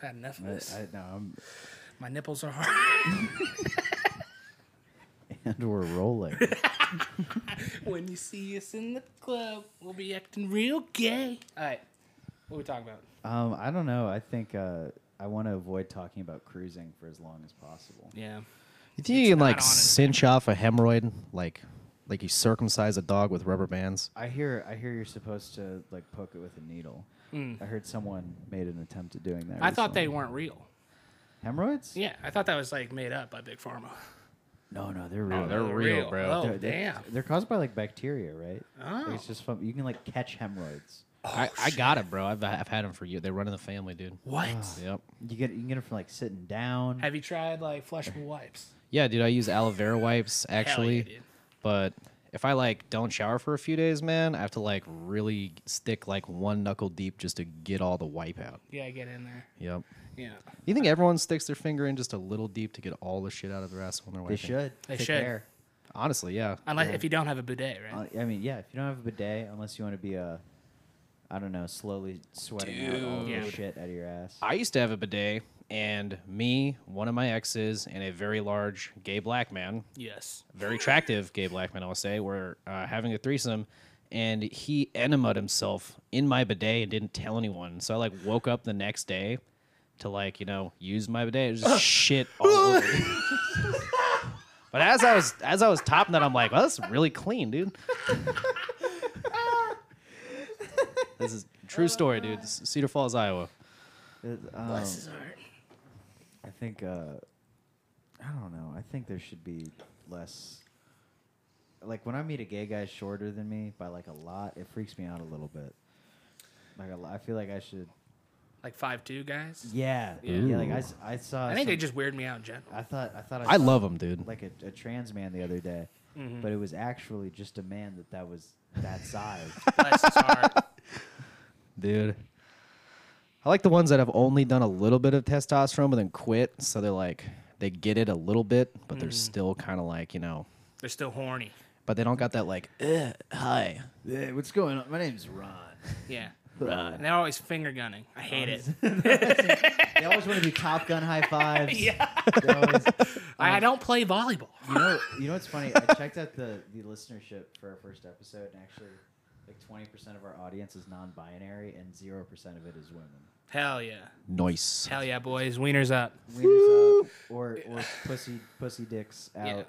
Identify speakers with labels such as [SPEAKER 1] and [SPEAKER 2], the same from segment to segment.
[SPEAKER 1] had enough of
[SPEAKER 2] I,
[SPEAKER 1] this.
[SPEAKER 2] I, no, I'm,
[SPEAKER 1] My nipples are hard.
[SPEAKER 2] and we're rolling.
[SPEAKER 1] when you see us in the club, we'll be acting real gay. All right, what are we talking about?
[SPEAKER 2] um, I don't know. I think uh, I want to avoid talking about cruising for as long as possible.
[SPEAKER 1] Yeah.
[SPEAKER 3] You think you can like
[SPEAKER 1] not on it.
[SPEAKER 3] cinch off a hemorrhoid, like like you circumcise a dog with rubber bands?
[SPEAKER 2] I hear. I hear you're supposed to like poke it with a needle. I heard someone made an attempt at doing that.
[SPEAKER 1] Mm. I thought they
[SPEAKER 2] recently.
[SPEAKER 1] weren't real.
[SPEAKER 2] hemorrhoids.
[SPEAKER 1] Yeah, I thought that was like made up by Big Pharma.
[SPEAKER 2] No, no, they're real.
[SPEAKER 3] they're real, bro.
[SPEAKER 1] Oh,
[SPEAKER 2] They're- they're-
[SPEAKER 1] damn.
[SPEAKER 2] They're caused by like bacteria, right? Like,
[SPEAKER 1] Oh.
[SPEAKER 2] it's just fun. You can like catch hemorrhoids.
[SPEAKER 3] I, I got it, bro. I've I've had them for you. They run in the family, dude.
[SPEAKER 1] What?
[SPEAKER 2] Ah.
[SPEAKER 3] Yep.
[SPEAKER 2] You get you can get them from like sitting down.
[SPEAKER 1] Have you tried like flushable wipes?
[SPEAKER 3] Yeah, dude. I use aloe vera wipes actually,
[SPEAKER 1] dude.
[SPEAKER 3] but if I like don't shower for a few days, man, I have to like really stick like one knuckle deep just to get all the wipe out.
[SPEAKER 1] Yeah, get in there.
[SPEAKER 3] Yep.
[SPEAKER 1] Yeah.
[SPEAKER 3] You think everyone sticks their finger in just a little deep to get all the shit out of their ass when they're
[SPEAKER 2] they
[SPEAKER 3] wiping?
[SPEAKER 2] should.
[SPEAKER 1] They
[SPEAKER 2] Thick
[SPEAKER 1] should.
[SPEAKER 2] hair.
[SPEAKER 3] Honestly, yeah.
[SPEAKER 1] Unless if you don't have a bidet, right?
[SPEAKER 2] Uh, I mean, yeah. If you don't have a bidet, unless you want to be a, I don't know, slowly sweating out all
[SPEAKER 1] Dude. Yeah.
[SPEAKER 2] the shit out of your ass.
[SPEAKER 3] I used to have a bidet, and me, one of my exes, and a very large gay black man,
[SPEAKER 1] yes.
[SPEAKER 3] very attractive gay black man, I will say, were uh, having a threesome, and he enemaed himself in my bidet and didn't tell anyone. So I like woke up the next day to like you know use my bidet. It was just shit all over. me. But as I was as I was topping that, I'm like, well, that's really clean, dude. this is true story, dude. This is Cedar Falls, Iowa.
[SPEAKER 2] It- um,
[SPEAKER 1] Bless his heart.
[SPEAKER 2] I think. Uh, I don't know. I think there should be less. Like when I meet a gay guy shorter than me by like a lot, it freaks me out a little bit. Like a lo- I feel like I should.
[SPEAKER 1] Like five two guys.
[SPEAKER 2] Yeah. Yeah. Like I, s- I saw.
[SPEAKER 1] I think they
[SPEAKER 2] some-
[SPEAKER 1] just weird me out in general.
[SPEAKER 2] I thought. I thought. I,
[SPEAKER 3] I
[SPEAKER 2] saw
[SPEAKER 3] love him, dude.
[SPEAKER 2] like a, a trans man the other day,
[SPEAKER 1] Mm-hmm.
[SPEAKER 2] but it was actually just a man that that was that size.
[SPEAKER 1] Bless his heart.
[SPEAKER 3] dude. I like the ones that have only done a little bit of testosterone but then quit, so they're like they get it a little bit, but they're still kind of like you know,
[SPEAKER 1] They're still horny.
[SPEAKER 3] but they don't got that like "Ugh, Uh, hi.
[SPEAKER 2] Yeah, what's going on? My name's Ron.
[SPEAKER 1] Yeah. And they're always finger gunning. I hate it.
[SPEAKER 2] They always want to do Top Gun high fives.
[SPEAKER 1] Yeah.
[SPEAKER 2] They always-
[SPEAKER 1] I, I don't play volleyball.
[SPEAKER 2] you know, you know what's funny? I checked out the the listenership for our first episode, and actually, like twenty percent of our audience is non-binary, and zero percent of it is women.
[SPEAKER 1] Hell yeah.
[SPEAKER 3] Nice.
[SPEAKER 1] Hell yeah, boys. Wieners up.
[SPEAKER 2] Wieners up, or or pussy pussy dicks out.
[SPEAKER 1] Yeah.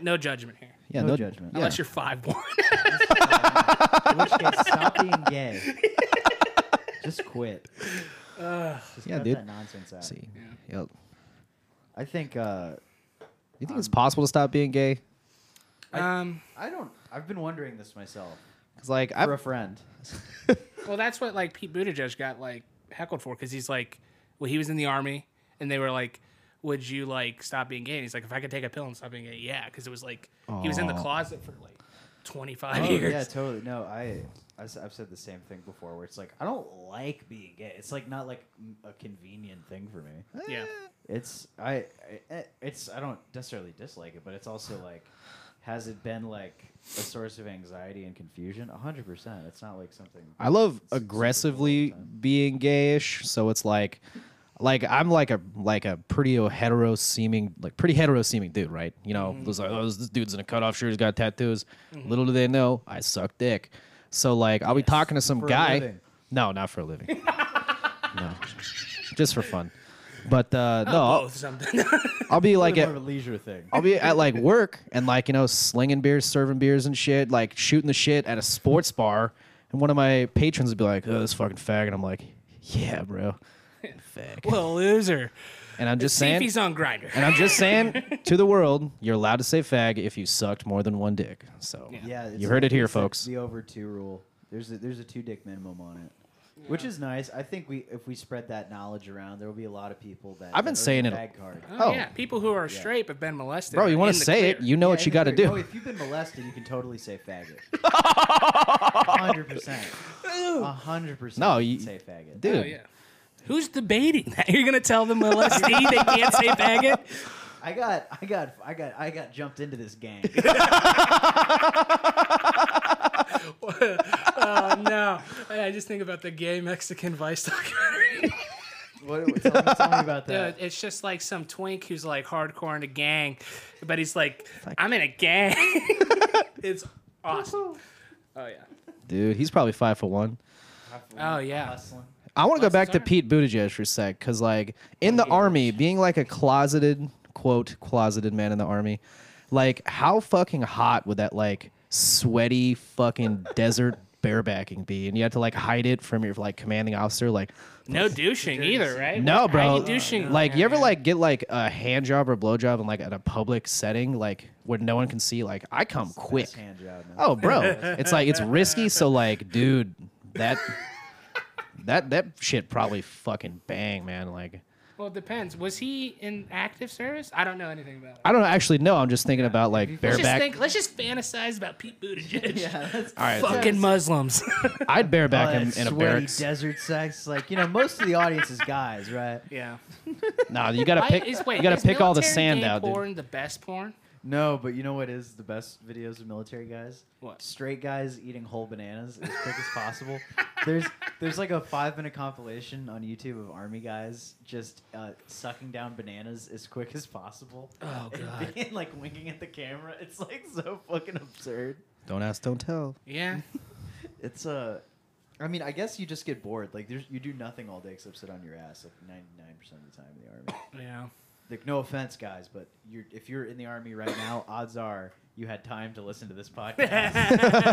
[SPEAKER 1] No judgment here.
[SPEAKER 3] Yeah,
[SPEAKER 2] no
[SPEAKER 3] no
[SPEAKER 2] judgment.
[SPEAKER 3] yeah.
[SPEAKER 1] Unless you're five one.
[SPEAKER 2] In which case, stop being gay. Just quit. Just
[SPEAKER 3] Yeah,
[SPEAKER 2] cut
[SPEAKER 3] dude.
[SPEAKER 2] that nonsense out.
[SPEAKER 3] See, yeah.
[SPEAKER 2] I think uh,
[SPEAKER 3] You think
[SPEAKER 2] Um,
[SPEAKER 3] it's possible to stop being gay?
[SPEAKER 1] um.
[SPEAKER 2] I don't. I've been wondering this myself
[SPEAKER 3] Cause like
[SPEAKER 2] for a
[SPEAKER 3] I've,
[SPEAKER 2] friend.
[SPEAKER 1] Well, that's what like Pete Buttigieg got like heckled for because he's like, well, he was in the army and they were like, would you like stop being gay? And he's like, if I could take a pill and stop being gay, yeah, because it was like he was in the
[SPEAKER 3] Aw.
[SPEAKER 1] closet for like twenty five
[SPEAKER 2] Oh,
[SPEAKER 1] years.
[SPEAKER 2] yeah, totally. No, I, I have said the same thing before, where it's like I don't like being gay. It's like not like m- a convenient thing for me.
[SPEAKER 1] yeah.
[SPEAKER 2] It's I, I, it's I don't necessarily dislike it, but it's also like, has it been like a source of anxiety and confusion? A hundred percent. It's not like something.
[SPEAKER 3] I love aggressively being gayish, so it's like like I'm like a like a pretty hetero seeming like pretty hetero seeming dude, right? You know,
[SPEAKER 2] Mm-hmm.
[SPEAKER 3] it was like oh this, this dude's in a cutoff shirt, he's got tattoos. Little do they know, I suck dick. So like I'll be talking to some
[SPEAKER 2] For a
[SPEAKER 3] guy.
[SPEAKER 2] living.
[SPEAKER 3] No, not for a living. no, just for fun. But uh, no, I'll,
[SPEAKER 1] Both something.
[SPEAKER 3] I'll be like eh,
[SPEAKER 2] Probably
[SPEAKER 3] oh, at,
[SPEAKER 2] more of a leisure thing.
[SPEAKER 3] I'll be at like work and like you know slinging beers, serving beers and shit, like shooting the shit at a sports bar, and one of my patrons would be like, "Oh, this fucking fag," and I'm like, "Yeah, bro, fag."
[SPEAKER 1] well, loser.
[SPEAKER 3] And I'm just
[SPEAKER 1] See if
[SPEAKER 3] saying,
[SPEAKER 1] he's on grinder.
[SPEAKER 3] and I'm just saying to the world, you're allowed to say fag if you sucked more than one dick. So
[SPEAKER 2] Yeah, it's
[SPEAKER 3] you heard
[SPEAKER 2] like-
[SPEAKER 3] it here,
[SPEAKER 2] it's like
[SPEAKER 3] folks.
[SPEAKER 2] The over two rule. There's a, there's a two dick minimum on it, which is nice. I think we if we spread that knowledge around, there will be a lot of people that
[SPEAKER 3] I've been
[SPEAKER 2] that are
[SPEAKER 3] saying it-
[SPEAKER 2] Bag card.
[SPEAKER 1] Oh,
[SPEAKER 3] Oh.
[SPEAKER 1] yeah, people who are straight but been molested.
[SPEAKER 3] Bro, you
[SPEAKER 1] want to
[SPEAKER 3] say it? You know
[SPEAKER 2] Yeah,
[SPEAKER 3] what you
[SPEAKER 2] in
[SPEAKER 3] got to
[SPEAKER 2] theory- Oh,
[SPEAKER 3] do.
[SPEAKER 2] if you've been molested, you can totally say faggot. hundred percent. hundred percent.
[SPEAKER 3] No,
[SPEAKER 2] you
[SPEAKER 3] you-
[SPEAKER 2] can say faggot.
[SPEAKER 3] Dude,
[SPEAKER 1] Oh, yeah. Who's debating that? You're gonna tell them molestee they can't say faggot?
[SPEAKER 2] I got, I got, I got, I got jumped into this gang.
[SPEAKER 1] Oh no! I I just think about the gay Mexican Vice documentary.
[SPEAKER 2] What, what, tell, me, tell me about
[SPEAKER 1] Dude,
[SPEAKER 2] that.
[SPEAKER 1] it's just like some twink who's like hardcore in a gang, but he's like, I'm in a gang. it's awesome. Oh yeah.
[SPEAKER 3] Dude, he's probably five for one.
[SPEAKER 1] Oh yeah.
[SPEAKER 2] Hustling.
[SPEAKER 3] I want to go back to
[SPEAKER 1] Sorry.
[SPEAKER 3] Pete Buttigieg for a sec, because like in the army, being like a closeted quote closeted man in the army, like how fucking hot would that like sweaty fucking desert barebacking be? And you had to like hide it from your like commanding officer, like
[SPEAKER 1] No douching either, right?
[SPEAKER 3] no,
[SPEAKER 1] Why
[SPEAKER 3] bro.
[SPEAKER 1] you douching?
[SPEAKER 3] like
[SPEAKER 1] there,
[SPEAKER 3] you ever
[SPEAKER 1] man?
[SPEAKER 3] like get like a hand job or blow job in like at a public setting, like where no one can see. Like I come quick.
[SPEAKER 2] Best hand job, man.
[SPEAKER 3] Oh, bro, it's like it's risky. So like, dude, that that that shit probably fucking bang, man. Like,
[SPEAKER 1] Well, it depends. Was he in active service? I don't know anything about it.
[SPEAKER 3] I don't actually know. I'm just thinking about like
[SPEAKER 1] Let's just
[SPEAKER 3] bareback.
[SPEAKER 1] think. Let's just fantasize about Pete Buttigieg.
[SPEAKER 2] Yeah, that's
[SPEAKER 3] All right, dude.
[SPEAKER 1] Fucking Muslims.
[SPEAKER 3] I'd
[SPEAKER 2] all
[SPEAKER 3] bareback
[SPEAKER 1] Oh,
[SPEAKER 2] that
[SPEAKER 3] him in a
[SPEAKER 2] sweaty
[SPEAKER 3] barracks.
[SPEAKER 2] desert sex. Like you know, most of the audience is guys, right?
[SPEAKER 1] yeah.
[SPEAKER 3] nah, you gotta
[SPEAKER 1] Why
[SPEAKER 3] pick.
[SPEAKER 1] is- wait,
[SPEAKER 3] you gotta
[SPEAKER 1] is
[SPEAKER 3] pick all the
[SPEAKER 1] military
[SPEAKER 3] sand
[SPEAKER 1] gay
[SPEAKER 3] out, dude.
[SPEAKER 1] Porn the best porn.
[SPEAKER 2] No, but you know what is the best videos of military guys?
[SPEAKER 1] What?
[SPEAKER 2] Straight guys eating whole bananas as quick as possible. There's there's like a five minute compilation on YouTube of army guys just uh, sucking down bananas as quick as possible.
[SPEAKER 1] Oh,
[SPEAKER 2] and
[SPEAKER 1] God.
[SPEAKER 2] being, like winking at the camera. It's like so fucking absurd.
[SPEAKER 3] Don't ask, don't tell.
[SPEAKER 1] Yeah.
[SPEAKER 2] It's Uh, I mean, I guess you just get bored. Like, there's you do nothing all day except sit on your ass, like ninety nine percent of the time in the army.
[SPEAKER 1] Yeah.
[SPEAKER 2] Like, no offense, guys, but you're if you're in the army right now, odds are you had time to listen to this podcast.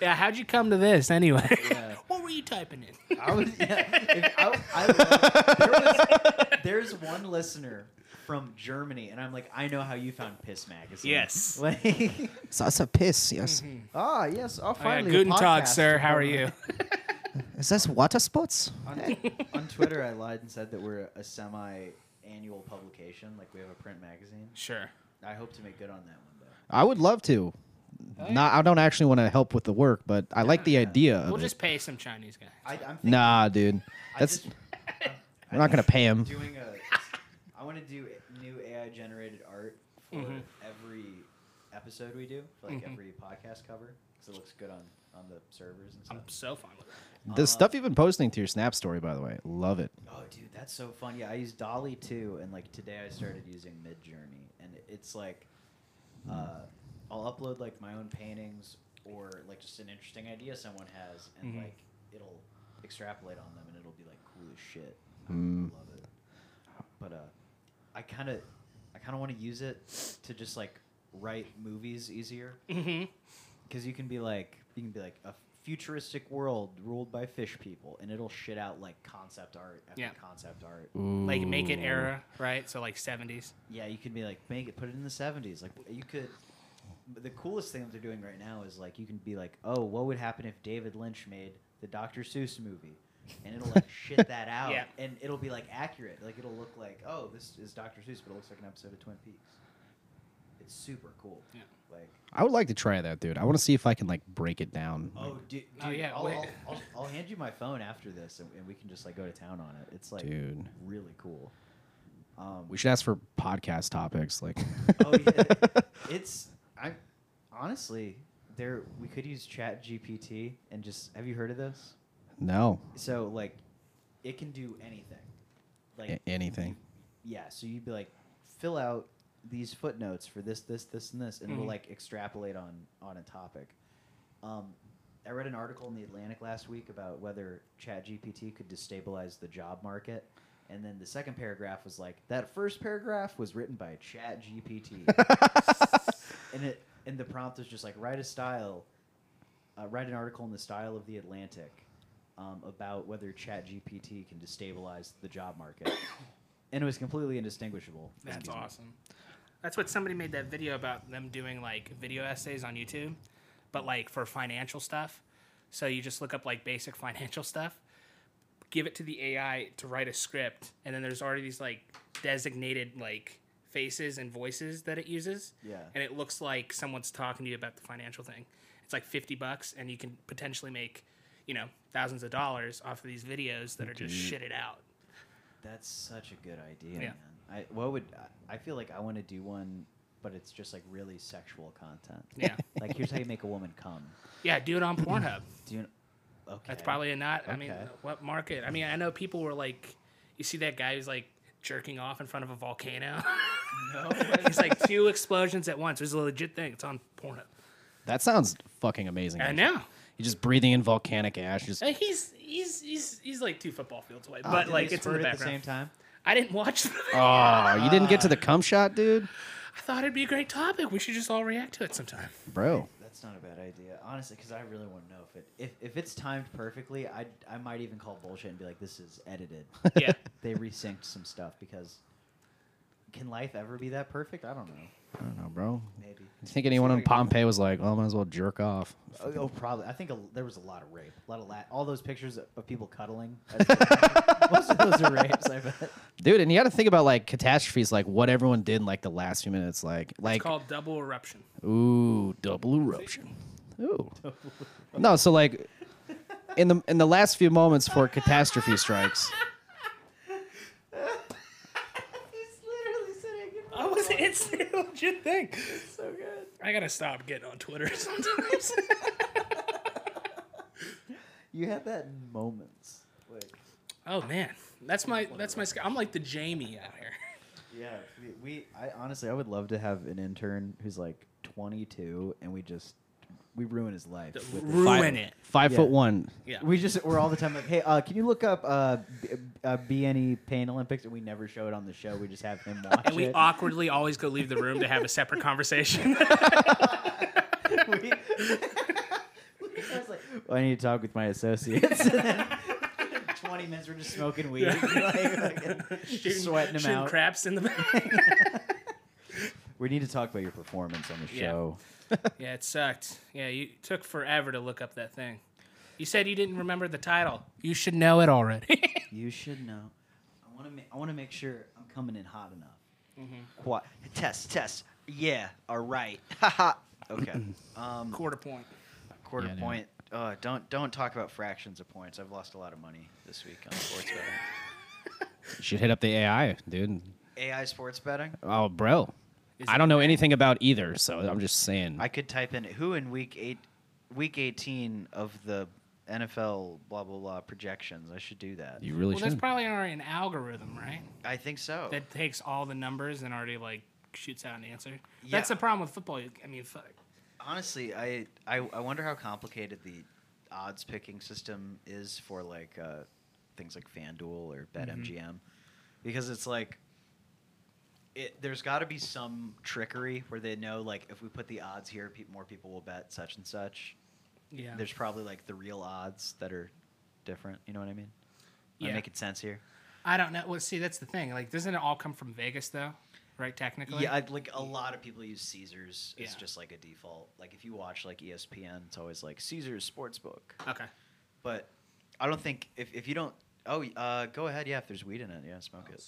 [SPEAKER 1] yeah. How'd you come to this anyway?
[SPEAKER 2] Yeah.
[SPEAKER 1] what were you typing in?
[SPEAKER 2] I was, yeah, if I, I- there was- there's one listener from Germany, and I'm like, I know how you found Piss Magazine.
[SPEAKER 1] Yes.
[SPEAKER 2] Like,
[SPEAKER 3] That's a piss. Yes.
[SPEAKER 1] Mm-hmm.
[SPEAKER 2] ah, yes. Oh,
[SPEAKER 1] Uh,
[SPEAKER 2] finally. a
[SPEAKER 1] Guten Tag,
[SPEAKER 2] podcast.
[SPEAKER 1] sir. How are you?
[SPEAKER 3] Is this water spots?
[SPEAKER 2] On, on Twitter, I lied and said that we're a semi annual publication, like we have a print magazine.
[SPEAKER 1] Sure.
[SPEAKER 2] I hope to make good on that one, though.
[SPEAKER 3] I would love to. Not, I don't actually want to help with the work, but I like the idea of
[SPEAKER 1] We'll
[SPEAKER 3] it.
[SPEAKER 1] just pay some Chinese guy.
[SPEAKER 2] I, I'm thinking
[SPEAKER 3] nah, dude.
[SPEAKER 2] I
[SPEAKER 3] That's
[SPEAKER 2] just-
[SPEAKER 3] we're not gonna pay him.
[SPEAKER 2] doing a. I want to do new AI generated art for every episode we do, for like every podcast cover, because it looks good on on the servers and stuff.
[SPEAKER 1] I'm so fine with that.
[SPEAKER 3] The stuff you've been posting to your Snap story, by the way, love it.
[SPEAKER 2] Oh, dude, that's so fun. Yeah, I use Dolly too, and like today I started using Midjourney, and it's like, uh, I'll upload like my own paintings or like just an interesting idea someone has, and
[SPEAKER 3] Mm-hmm.
[SPEAKER 1] Mhm.
[SPEAKER 2] like it'll extrapolate on them, and it'll be like cool as shit.
[SPEAKER 3] Mm.
[SPEAKER 2] I love it. But uh, I kind of, I kind of want to use it to just like write movies easier
[SPEAKER 1] Mm-hmm.
[SPEAKER 2] because you can be like you can be like a futuristic world ruled by fish people and it'll shit out like concept art after
[SPEAKER 1] Yeah.
[SPEAKER 2] concept art
[SPEAKER 1] Like make it era, right? So like 70s.
[SPEAKER 2] yeah you can be like make it put it in the 70s like you could the coolest thing that they're doing right now is like you can be like oh what would happen if david lynch made the dr seuss movie and it'll like shit that out
[SPEAKER 1] Yeah.
[SPEAKER 2] and it'll be like accurate like it'll look like oh this is dr seuss but it looks like an episode of twin peaks it's super cool
[SPEAKER 1] Yeah.
[SPEAKER 2] like
[SPEAKER 3] I would like to try that, dude. I want to see if I can like break it down.
[SPEAKER 2] Oh, dude, dude
[SPEAKER 1] Oh, yeah,
[SPEAKER 2] I'll,
[SPEAKER 1] wait.
[SPEAKER 2] I'll, I'll, I'll hand you my phone after this, and, and we can just like go to town on it. It's like
[SPEAKER 3] Dude.
[SPEAKER 2] really cool. Um,
[SPEAKER 3] We should ask for podcast topics, like.
[SPEAKER 2] oh yeah, it's I honestly there we could use Chat GPT and just have you heard of this?
[SPEAKER 3] no,
[SPEAKER 2] So like, it can do anything. Like
[SPEAKER 3] A- anything.
[SPEAKER 2] yeah, so you'd be like, fill out these footnotes for this, this, this, and this, and we'll
[SPEAKER 1] Mhm.
[SPEAKER 2] like extrapolate on on a topic. Um, I read an article in the Atlantic last week about whether ChatGPT could destabilize the job market, and then the second paragraph was like that first paragraph was written by ChatGPT, and it and the prompt was just like write a style, uh, write an article in the style of the Atlantic. Um, about whether ChatGPT can destabilize the job market, and it was completely indistinguishable.
[SPEAKER 1] That's
[SPEAKER 2] Excuse me.
[SPEAKER 1] awesome. That's what somebody made that video about them doing like video essays on YouTube, but like for financial stuff. So you just look up like basic financial stuff, give it to the AI to write a script, and then there's already these like designated like faces and voices that it uses.
[SPEAKER 2] Yeah.
[SPEAKER 1] And it looks like someone's talking to you about the financial thing. It's like 50 bucks and you can potentially make, you know, thousands of dollars off of these videos that are just shitted out.
[SPEAKER 2] That's such a good idea,
[SPEAKER 1] Yeah.
[SPEAKER 2] man. I what would I- I feel like I want to do one, but it's just like really sexual content.
[SPEAKER 1] Yeah.
[SPEAKER 2] like here's how you make a woman come.
[SPEAKER 1] yeah, do it on Pornhub.
[SPEAKER 2] Do you? Okay.
[SPEAKER 1] That's probably a not. I mean,
[SPEAKER 2] Okay.
[SPEAKER 1] what market? I mean, I know people were like you see that guy who's like jerking off in front of a volcano. it's like two explosions at once. It's a legit thing. It's on Pornhub.
[SPEAKER 3] That sounds fucking amazing.
[SPEAKER 1] I
[SPEAKER 3] actually.
[SPEAKER 1] know.
[SPEAKER 3] You're just breathing in volcanic ash. Just
[SPEAKER 1] Uh, He's he's he's he's like two football fields away, but
[SPEAKER 2] Oh, Did
[SPEAKER 1] like
[SPEAKER 2] they
[SPEAKER 1] it's in the
[SPEAKER 2] squirt at
[SPEAKER 1] background.
[SPEAKER 2] the same time.
[SPEAKER 1] I didn't watch. The
[SPEAKER 3] oh, you didn't get to the cum shot, dude,
[SPEAKER 1] I thought it'd be a great topic. We should just all react to it sometime.
[SPEAKER 3] bro.
[SPEAKER 2] That's not a bad idea, honestly, because I really want to know if it if, if it's timed perfectly. I I might even call bullshit and be like, this is edited.
[SPEAKER 1] Yeah.
[SPEAKER 2] they resynced some stuff because can life ever be that perfect? I don't know.
[SPEAKER 3] I don't know, bro.
[SPEAKER 2] Maybe.
[SPEAKER 3] You think anyone in Pompeii was like, "Oh, I might as well jerk off"?
[SPEAKER 2] Oh, oh, probably. I think a, there was a lot of rape. A lot of la- all those pictures of people cuddling. as they were- Most of those are rapes, I bet.
[SPEAKER 3] dude and you got to think about like catastrophes like what everyone did in like the last few minutes like like
[SPEAKER 1] It's called double eruption.
[SPEAKER 3] ooh double eruption ooh no so like in the in the last few moments before catastrophe strikes
[SPEAKER 2] He's literally sitting.
[SPEAKER 1] I was it's a legit thing.
[SPEAKER 2] so good.
[SPEAKER 1] I gotta stop getting on Twitter sometimes.
[SPEAKER 2] You had that in moments. Like,
[SPEAKER 1] oh man, that's my that's my. sc- I'm like the Jamie out here.
[SPEAKER 2] yeah, we. we I honestly, I would love to have an intern who's like 22, and we just we ruin his life. with this.
[SPEAKER 1] Ruin it.
[SPEAKER 3] five
[SPEAKER 2] Yeah.
[SPEAKER 3] foot one
[SPEAKER 1] Yeah.
[SPEAKER 2] We just we're all the time like, hey, uh, can you look up uh, B- uh, BNE Pain Olympics? And we never show it on the show. We just have him watch
[SPEAKER 1] and we
[SPEAKER 2] it.
[SPEAKER 1] awkwardly always go leave the room to have a separate conversation.
[SPEAKER 2] we, I was like, well, I need to talk with my associates. And then Twenty minutes, we're just smoking weed, like, like,
[SPEAKER 1] shooting,
[SPEAKER 2] sweating them
[SPEAKER 1] shooting
[SPEAKER 2] out.
[SPEAKER 1] craps in the back.
[SPEAKER 2] We need to talk about your performance on the
[SPEAKER 1] Yeah.
[SPEAKER 2] show.
[SPEAKER 1] yeah, it sucked. Yeah, you it took forever to look up that thing. You said you didn't remember the title. You should know it already.
[SPEAKER 2] You should know. I want to. Ma- I want to make sure I'm coming in hot enough.
[SPEAKER 1] Mm-hmm.
[SPEAKER 2] Qua- Test, test. Yeah. All right. Haha. okay. Um,
[SPEAKER 1] Quarter point.
[SPEAKER 2] quarter
[SPEAKER 3] Yeah, dude.
[SPEAKER 2] point. Uh, don't don't talk about fractions of points. I've lost a lot of money this week on sports betting.
[SPEAKER 3] you should hit up the ai dude
[SPEAKER 2] AI sports betting.
[SPEAKER 3] oh bro
[SPEAKER 1] Is
[SPEAKER 3] i don't know anything about either so i'm just saying
[SPEAKER 2] I could type in who in week eight, week eighteen of the NFL blah blah blah projections. I should do that.
[SPEAKER 3] you really
[SPEAKER 1] Well, there's
[SPEAKER 3] should
[SPEAKER 1] probably already an algorithm, right?
[SPEAKER 2] I think so.
[SPEAKER 1] That takes all the numbers and already like shoots out an answer.
[SPEAKER 2] Yeah.
[SPEAKER 1] That's the problem with football. You- I mean, fuck.
[SPEAKER 2] Honestly, I, I I wonder how complicated the odds picking system is for like uh, things like FanDuel or
[SPEAKER 1] Mm-hmm.
[SPEAKER 2] BetMGM, because it's like. It, there's got to be some trickery where they know, like, if we put the odds here, pe- more people will bet such and such.
[SPEAKER 1] Yeah.
[SPEAKER 2] There's probably like the real odds that are different. You know what I mean? Am I
[SPEAKER 1] Yeah.
[SPEAKER 2] making sense here?
[SPEAKER 1] I don't know. Well, see, that's the thing. Like, doesn't it all come from Vegas though? Right? Technically.
[SPEAKER 2] Yeah, I, like a lot of people use Caesars. It's
[SPEAKER 1] Yeah.
[SPEAKER 2] just like a default. Like if you watch like E ESPN, it's always like Caesars Sportsbook.
[SPEAKER 1] okay.
[SPEAKER 2] But I don't think if, if you don't. Oh, uh, go ahead. Yeah, if there's weed in it, yeah, smoke it.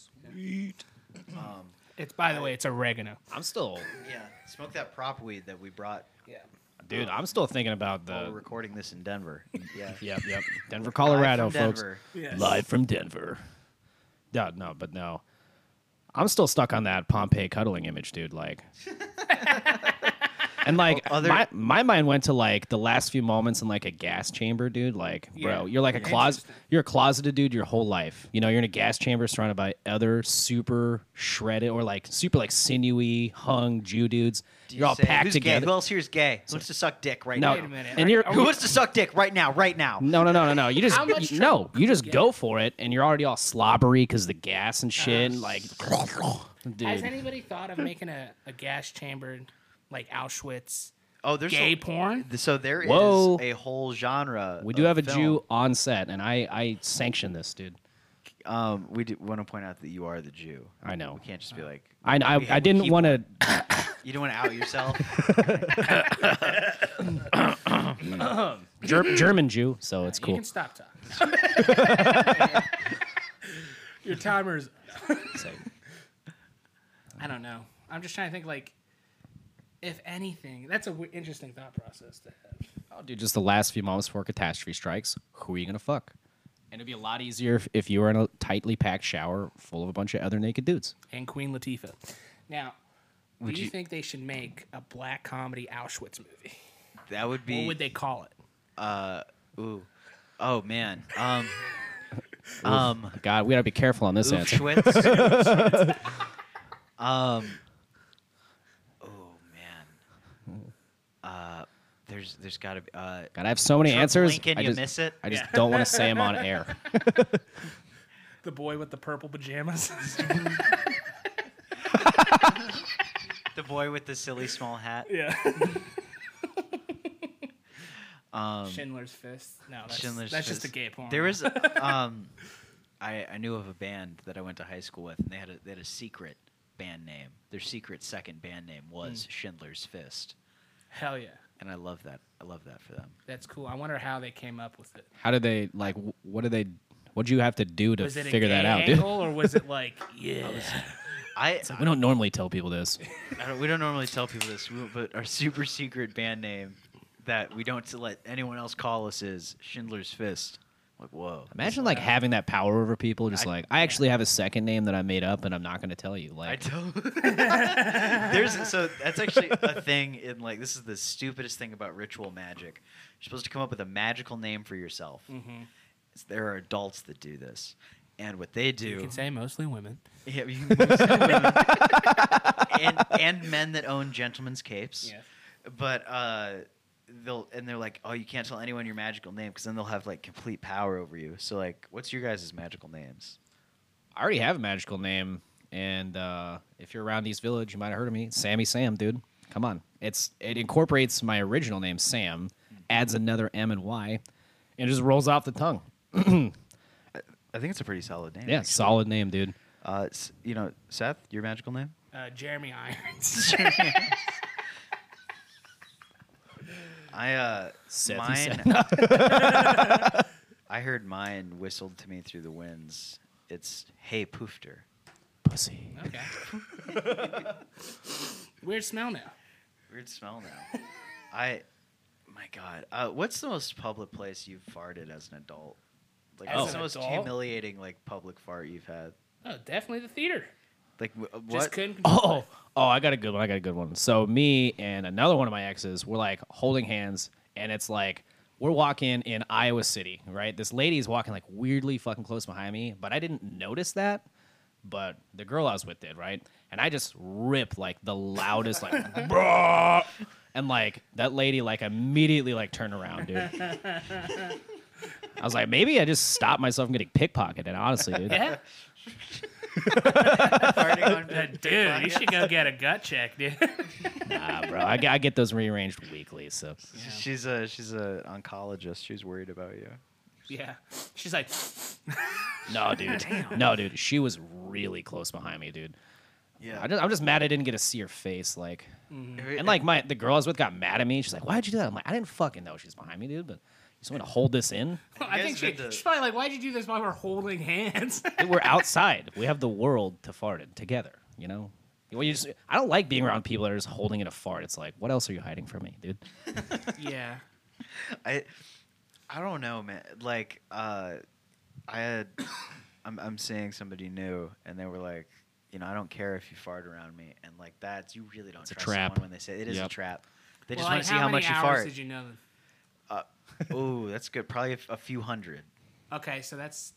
[SPEAKER 2] Um,
[SPEAKER 1] It's by the way, it's oregano.
[SPEAKER 3] i'm still
[SPEAKER 2] yeah, smoke that prop weed that we brought
[SPEAKER 1] Yeah.
[SPEAKER 3] dude i'm still thinking about
[SPEAKER 2] while
[SPEAKER 3] the
[SPEAKER 2] we're recording this in Denver. Yeah,
[SPEAKER 3] yep yep
[SPEAKER 2] Live
[SPEAKER 3] denver
[SPEAKER 2] from
[SPEAKER 3] colorado folks
[SPEAKER 2] Denver.
[SPEAKER 1] Yes.
[SPEAKER 3] live from Denver. Yeah, no, but no, I'm still stuck on that Pompeii cuddling image, dude. Like, and like
[SPEAKER 2] Well, other-
[SPEAKER 3] my my mind went to like the last few moments in like a gas chamber, dude. Like,
[SPEAKER 1] Yeah.
[SPEAKER 3] bro, you're like a closet,
[SPEAKER 1] Interesting.
[SPEAKER 3] you're a closeted dude your whole life. You know, you're in a gas chamber surrounded by other super shredded or like super like sinewy hung Jew dudes.
[SPEAKER 2] Do
[SPEAKER 3] You're all
[SPEAKER 2] say,
[SPEAKER 3] packed
[SPEAKER 2] "Who's
[SPEAKER 3] together.
[SPEAKER 2] Gay? Who else here is gay? Who wants to suck dick right
[SPEAKER 3] no,
[SPEAKER 1] Wait a
[SPEAKER 2] now?
[SPEAKER 1] minute.
[SPEAKER 3] and you're
[SPEAKER 2] Who wants to suck dick right now? Right now?
[SPEAKER 3] No, no, no, no, no. You just
[SPEAKER 1] How much
[SPEAKER 3] you-
[SPEAKER 1] trouble
[SPEAKER 3] no. You just
[SPEAKER 1] get? Oh,
[SPEAKER 3] go for it, and you're already all slobbery because the gas and shit, and like,
[SPEAKER 1] Has
[SPEAKER 3] dude.
[SPEAKER 1] anybody thought of making a, a gas chamber like Auschwitz
[SPEAKER 2] Oh, there's
[SPEAKER 1] gay
[SPEAKER 2] a-
[SPEAKER 1] porn?
[SPEAKER 2] So there is
[SPEAKER 3] Whoa.
[SPEAKER 2] a whole genre.
[SPEAKER 3] we do
[SPEAKER 2] of
[SPEAKER 3] have a
[SPEAKER 2] Oh, film.
[SPEAKER 3] Jew on set, and I I sanction this, dude.
[SPEAKER 2] Um, we do want to point out that you are the Jew.
[SPEAKER 3] I know.
[SPEAKER 2] We can't just be like
[SPEAKER 3] I I,
[SPEAKER 2] we-
[SPEAKER 3] I
[SPEAKER 2] we
[SPEAKER 3] didn't
[SPEAKER 2] keep-
[SPEAKER 3] want to.
[SPEAKER 2] You don't want to out yourself.
[SPEAKER 3] Ger- German Jew, so it's
[SPEAKER 1] You
[SPEAKER 3] cool.
[SPEAKER 1] can stop talking. Your timer's.
[SPEAKER 3] So,
[SPEAKER 1] I don't know. I'm just trying to think like, if anything, that's a w- interesting thought process to have.
[SPEAKER 3] oh, dude, just the last few moments before catastrophe strikes. Who are you gonna fuck? And it'd be a lot easier if, if you were in a tightly packed shower full of a bunch of other naked dudes.
[SPEAKER 1] And Queen Latifah. Now, do you,
[SPEAKER 2] you-
[SPEAKER 1] think they should make a black comedy Auschwitz movie?
[SPEAKER 2] That would be.
[SPEAKER 1] What would they call it?
[SPEAKER 2] uh, ooh. Oh man. Um, Um,
[SPEAKER 3] God, we gotta be careful on this
[SPEAKER 2] Oof,
[SPEAKER 3] answer.
[SPEAKER 2] Schwitz. um, oh man, uh, there's there's got to be uh,
[SPEAKER 3] God, I have so many
[SPEAKER 2] Trump
[SPEAKER 3] answers.
[SPEAKER 2] Lincoln,
[SPEAKER 3] I
[SPEAKER 2] you
[SPEAKER 3] just,
[SPEAKER 2] miss it?
[SPEAKER 3] I just
[SPEAKER 1] Yeah.
[SPEAKER 3] don't want to say them on air.
[SPEAKER 1] The boy with the purple pajamas.
[SPEAKER 2] the boy with the silly small hat.
[SPEAKER 1] yeah.
[SPEAKER 2] Um,
[SPEAKER 1] Schindler's Fist. No, that's,
[SPEAKER 2] Schindler's
[SPEAKER 1] that's just a
[SPEAKER 2] Fist.
[SPEAKER 1] gay porn.
[SPEAKER 2] There was, um, I, I knew of a band that I went to high school with, and they had a they had a secret band name. Their secret second band name
[SPEAKER 1] Hmm.
[SPEAKER 2] was Schindler's Fist,
[SPEAKER 1] hell yeah.
[SPEAKER 2] and I love that. I love that for them.
[SPEAKER 1] That's cool. I wonder how they came up with it.
[SPEAKER 3] How did they like? wh- What did they? What'd you have to do to
[SPEAKER 1] Was it
[SPEAKER 3] figure
[SPEAKER 1] a gay
[SPEAKER 3] that out, dude?
[SPEAKER 1] angle, or was it like yeah?
[SPEAKER 2] I,
[SPEAKER 3] We don't normally tell people this.
[SPEAKER 2] I don't, we don't normally tell people this, we- but our super secret band name that we don't to let anyone else call us is Schindler's Fist. Like whoa,
[SPEAKER 3] Imagine like having that power over people. Just
[SPEAKER 2] I-
[SPEAKER 3] like I actually have a second name that I made up, and I'm not going to tell you.
[SPEAKER 2] I
[SPEAKER 3] Like
[SPEAKER 2] don't. There's so that's actually a thing in like this is the stupidest thing about ritual magic. You're supposed to come up with a magical name for yourself.
[SPEAKER 1] Mm-hmm.
[SPEAKER 2] S- There are adults that do this, and what they do,
[SPEAKER 1] you can say mostly women.
[SPEAKER 2] Yeah, you can say women. and and men that own gentlemen's capes. But uh, they'll and they're like, oh, you can't tell anyone your magical name because then they'll have like complete power over you. So like, what's your guys' magical names?
[SPEAKER 3] I already have a magical name, and uh, if you're around East Village, you might have heard of me, Sammy Sam, dude. Come on, it's it incorporates my original name, Sam, adds another M and Y, and it just rolls off the tongue.
[SPEAKER 2] I think it's a pretty solid name.
[SPEAKER 3] Yeah, solid name, dude.
[SPEAKER 2] Uh, s- you know, Seth, your magical name?
[SPEAKER 1] Uh, Jeremy Irons.
[SPEAKER 2] I uh,
[SPEAKER 3] Seth
[SPEAKER 2] mine.
[SPEAKER 3] and
[SPEAKER 2] I heard mine whistled to me through the winds. It's "Hey Poofter."
[SPEAKER 3] Pussy.
[SPEAKER 1] okay. Weird smell now.
[SPEAKER 2] Weird smell now. I, my God, uh, what's the most public place you've farted as an adult? Like,
[SPEAKER 1] As
[SPEAKER 2] what's
[SPEAKER 1] an
[SPEAKER 2] the most
[SPEAKER 1] adult?
[SPEAKER 2] humiliating like public fart you've had?
[SPEAKER 1] Oh, definitely the theater.
[SPEAKER 2] Like, wh- what?
[SPEAKER 1] Just couldn't. control
[SPEAKER 3] Oh, oh, I got a good one. I got a good one. So me and another one of my exes were like holding hands, and it's like we're walking in Iowa City, right? This lady is walking like weirdly fucking close behind me, but I didn't notice that. But the girl I was with did, right? And I just ripped like the loudest, like, "Bruh!" and like that lady like immediately like turned around, dude. I was like, maybe I just stopped myself from getting pickpocketed. Honestly,
[SPEAKER 1] it.
[SPEAKER 3] dude.
[SPEAKER 1] Yeah. Uh, Dude, you should go get a gut check, dude.
[SPEAKER 3] Nah, bro. I, I get those rearranged weekly, so.
[SPEAKER 2] She's a she's a oncologist. She's worried about you.
[SPEAKER 1] yeah. She's like,
[SPEAKER 3] No, dude. No, dude. She was really close behind me, dude.
[SPEAKER 2] Yeah,
[SPEAKER 3] I just, I'm just mad I didn't get to see her face, like.
[SPEAKER 2] Mm-hmm.
[SPEAKER 1] Mm.
[SPEAKER 3] And like my the girl I was with got mad at me. She's like, "Why'd you do that?" I'm like, "I didn't fucking know she's behind me, dude." But you just want to hold this in.
[SPEAKER 1] I
[SPEAKER 2] guys
[SPEAKER 1] think she,
[SPEAKER 2] did the-
[SPEAKER 1] she's probably like, why'd you do this while we're holding hands?
[SPEAKER 3] We're outside. We have the world to fart in together. You know. Well, you just I don't like being around people that are just holding in a fart. It's like, what else are you hiding from me, dude?
[SPEAKER 1] yeah.
[SPEAKER 2] I I don't know, man. Like uh I had I'm I'm seeing somebody new and they were like, you know, I don't care if you fart around me and like that's you really don't
[SPEAKER 3] a
[SPEAKER 2] trust
[SPEAKER 3] trap.
[SPEAKER 2] someone when they say it is
[SPEAKER 3] Yep.
[SPEAKER 2] a trap. They
[SPEAKER 1] Well,
[SPEAKER 2] just want
[SPEAKER 1] like,
[SPEAKER 2] to see how, much
[SPEAKER 1] many
[SPEAKER 2] you
[SPEAKER 1] hours
[SPEAKER 2] fart.
[SPEAKER 1] Did you know them?
[SPEAKER 2] oh, that's good. Probably a, f- a few hundred.
[SPEAKER 1] Okay, so that's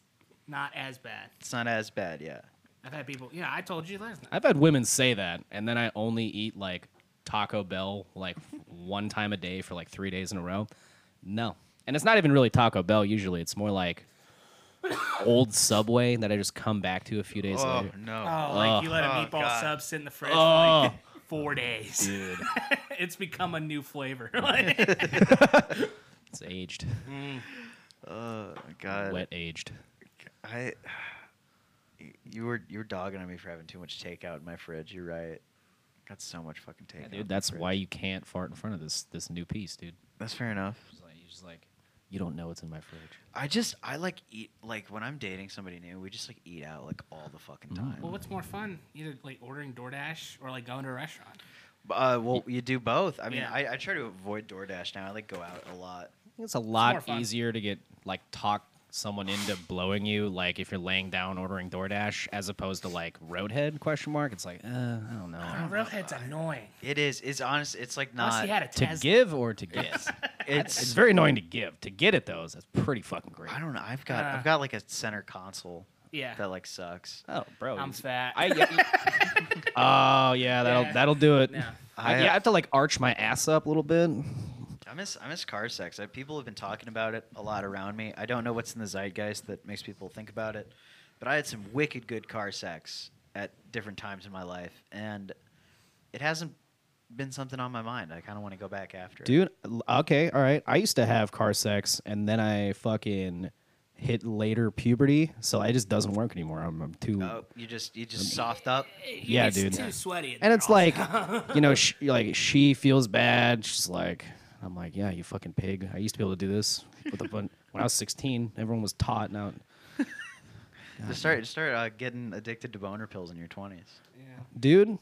[SPEAKER 1] not as bad.
[SPEAKER 2] It's not as bad, yeah.
[SPEAKER 1] I've had people. Yeah, I told you last night.
[SPEAKER 3] I've had women say that, and then I only eat like Taco Bell like one time a day for like three days in a row. No, and it's not even really Taco Bell. Usually, it's more like old Subway that I just come back to a few days
[SPEAKER 2] Oh
[SPEAKER 3] later.
[SPEAKER 2] no.
[SPEAKER 1] Oh, like you let a
[SPEAKER 2] oh,
[SPEAKER 1] meatball
[SPEAKER 2] God.
[SPEAKER 1] sub sit in the fridge
[SPEAKER 3] Oh.
[SPEAKER 1] for like four days.
[SPEAKER 3] Dude,
[SPEAKER 1] it's become a new flavor. Like,
[SPEAKER 3] it's aged,
[SPEAKER 2] Oh, god.
[SPEAKER 3] wet aged.
[SPEAKER 2] I you were you were dogging on me for having too much takeout in my fridge, you're right. Got so much fucking takeout. in my
[SPEAKER 3] Dude, that's
[SPEAKER 2] fridge.
[SPEAKER 3] why you can't fart in front of this this new piece, dude.
[SPEAKER 2] That's fair enough.
[SPEAKER 3] It's like, you just like you don't know what's in my fridge.
[SPEAKER 2] I just I like eat like when I'm dating somebody new, we just like eat out like all the fucking time.
[SPEAKER 1] well, what's more fun? Either like ordering DoorDash or like going to a restaurant.
[SPEAKER 2] Uh, well, you do both. I mean,
[SPEAKER 1] Yeah.
[SPEAKER 2] I, I try to avoid DoorDash now. I like go out a lot.
[SPEAKER 3] I think it's a
[SPEAKER 1] more
[SPEAKER 3] lot
[SPEAKER 1] fun.
[SPEAKER 3] easier to get like talk someone into blowing you, like if you're laying down ordering DoorDash, as opposed to like Roadhead question mark. It's like, uh, I don't know.
[SPEAKER 1] Oh, Roadhead's annoying.
[SPEAKER 2] It is. It's honest. It's like
[SPEAKER 1] Unless
[SPEAKER 2] not.
[SPEAKER 1] he had a
[SPEAKER 3] To
[SPEAKER 1] Tesla.
[SPEAKER 3] give or to get?
[SPEAKER 2] it's.
[SPEAKER 3] it's very annoying to give. To get it though, is- that's pretty fucking great.
[SPEAKER 2] I don't know. I've got.
[SPEAKER 1] Uh.
[SPEAKER 2] I've got like a center console.
[SPEAKER 1] Yeah.
[SPEAKER 2] That like sucks.
[SPEAKER 3] Oh, bro.
[SPEAKER 1] I'm
[SPEAKER 3] you-
[SPEAKER 1] fat.
[SPEAKER 3] I, oh yeah, that'll
[SPEAKER 1] Yeah.
[SPEAKER 3] that'll do it.
[SPEAKER 1] No.
[SPEAKER 3] I,
[SPEAKER 2] I-
[SPEAKER 3] yeah, I have to like arch my ass up a little bit.
[SPEAKER 2] I miss. I miss car sex. I, people have been talking about it a lot around me. I don't know what's in the zeitgeist that makes people think about it, but I had some wicked good car sex at different times in my life, and it hasn't been something on my mind. I kind of want to go back after. it.
[SPEAKER 3] Dude, l- okay, all right. I used to have car sex and then I fucking hit later puberty, so it just doesn't work anymore. I'm, I'm too
[SPEAKER 2] Oh, you just you just soft up.
[SPEAKER 3] Yeah,
[SPEAKER 1] it's
[SPEAKER 3] dude.
[SPEAKER 1] Too sweaty. in
[SPEAKER 3] And
[SPEAKER 1] there
[SPEAKER 3] it's
[SPEAKER 1] also.
[SPEAKER 3] like, you know, she, like she feels bad. She's like, I'm like, yeah, you fucking pig. I used to be able to do this with a bun- when I was 16. Everyone was taught now.
[SPEAKER 2] Just start just start uh, getting addicted to boner pills in your twenties.
[SPEAKER 3] Dude,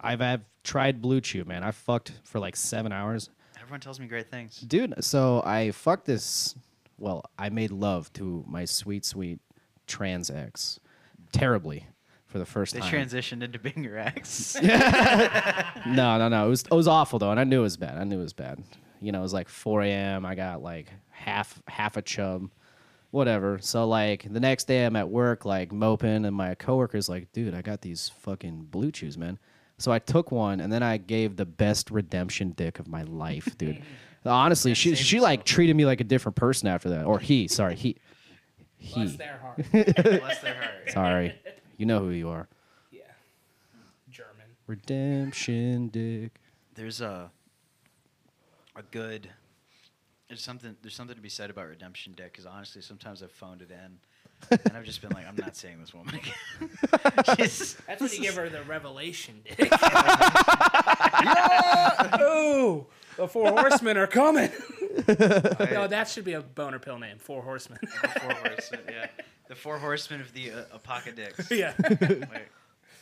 [SPEAKER 3] I've I've tried Blue Chew, man. I fucked for like seven hours.
[SPEAKER 2] Everyone tells me great things.
[SPEAKER 3] Dude, so I fucked this. Well, I made love to my sweet, sweet trans ex terribly for the first
[SPEAKER 2] They
[SPEAKER 3] time.
[SPEAKER 2] transitioned into being your ex.
[SPEAKER 3] No, no, no. It was it was awful though, and I knew it was bad. I knew it was bad. You know, it was like 4 a.m. I got like half half a chub, whatever. So like the next day, I'm at work like moping, and my coworker's like, "Dude, I got these fucking blue chews, man." So I took one, and then I gave the best redemption dick of my life, dude. Honestly, she she like treated me like a different person after that, or he. Sorry, he.
[SPEAKER 1] Bless
[SPEAKER 3] He.
[SPEAKER 1] their heart.
[SPEAKER 2] Bless their heart.
[SPEAKER 3] Sorry, you know who you are.
[SPEAKER 1] yeah. German.
[SPEAKER 3] Redemption dick.
[SPEAKER 2] There's a a good. There's something. There's something to be said about redemption dick. Because honestly, sometimes I've phoned it in, and I've just been like, I'm not seeing this woman again. She's-
[SPEAKER 1] That's when you give her the revelation. Dick. oh, the four horsemen are coming. no, that should be a boner pill name. Four horsemen.
[SPEAKER 2] the four horsemen. Yeah, the four horsemen of the uh, apocadix.
[SPEAKER 1] yeah.
[SPEAKER 2] Wait,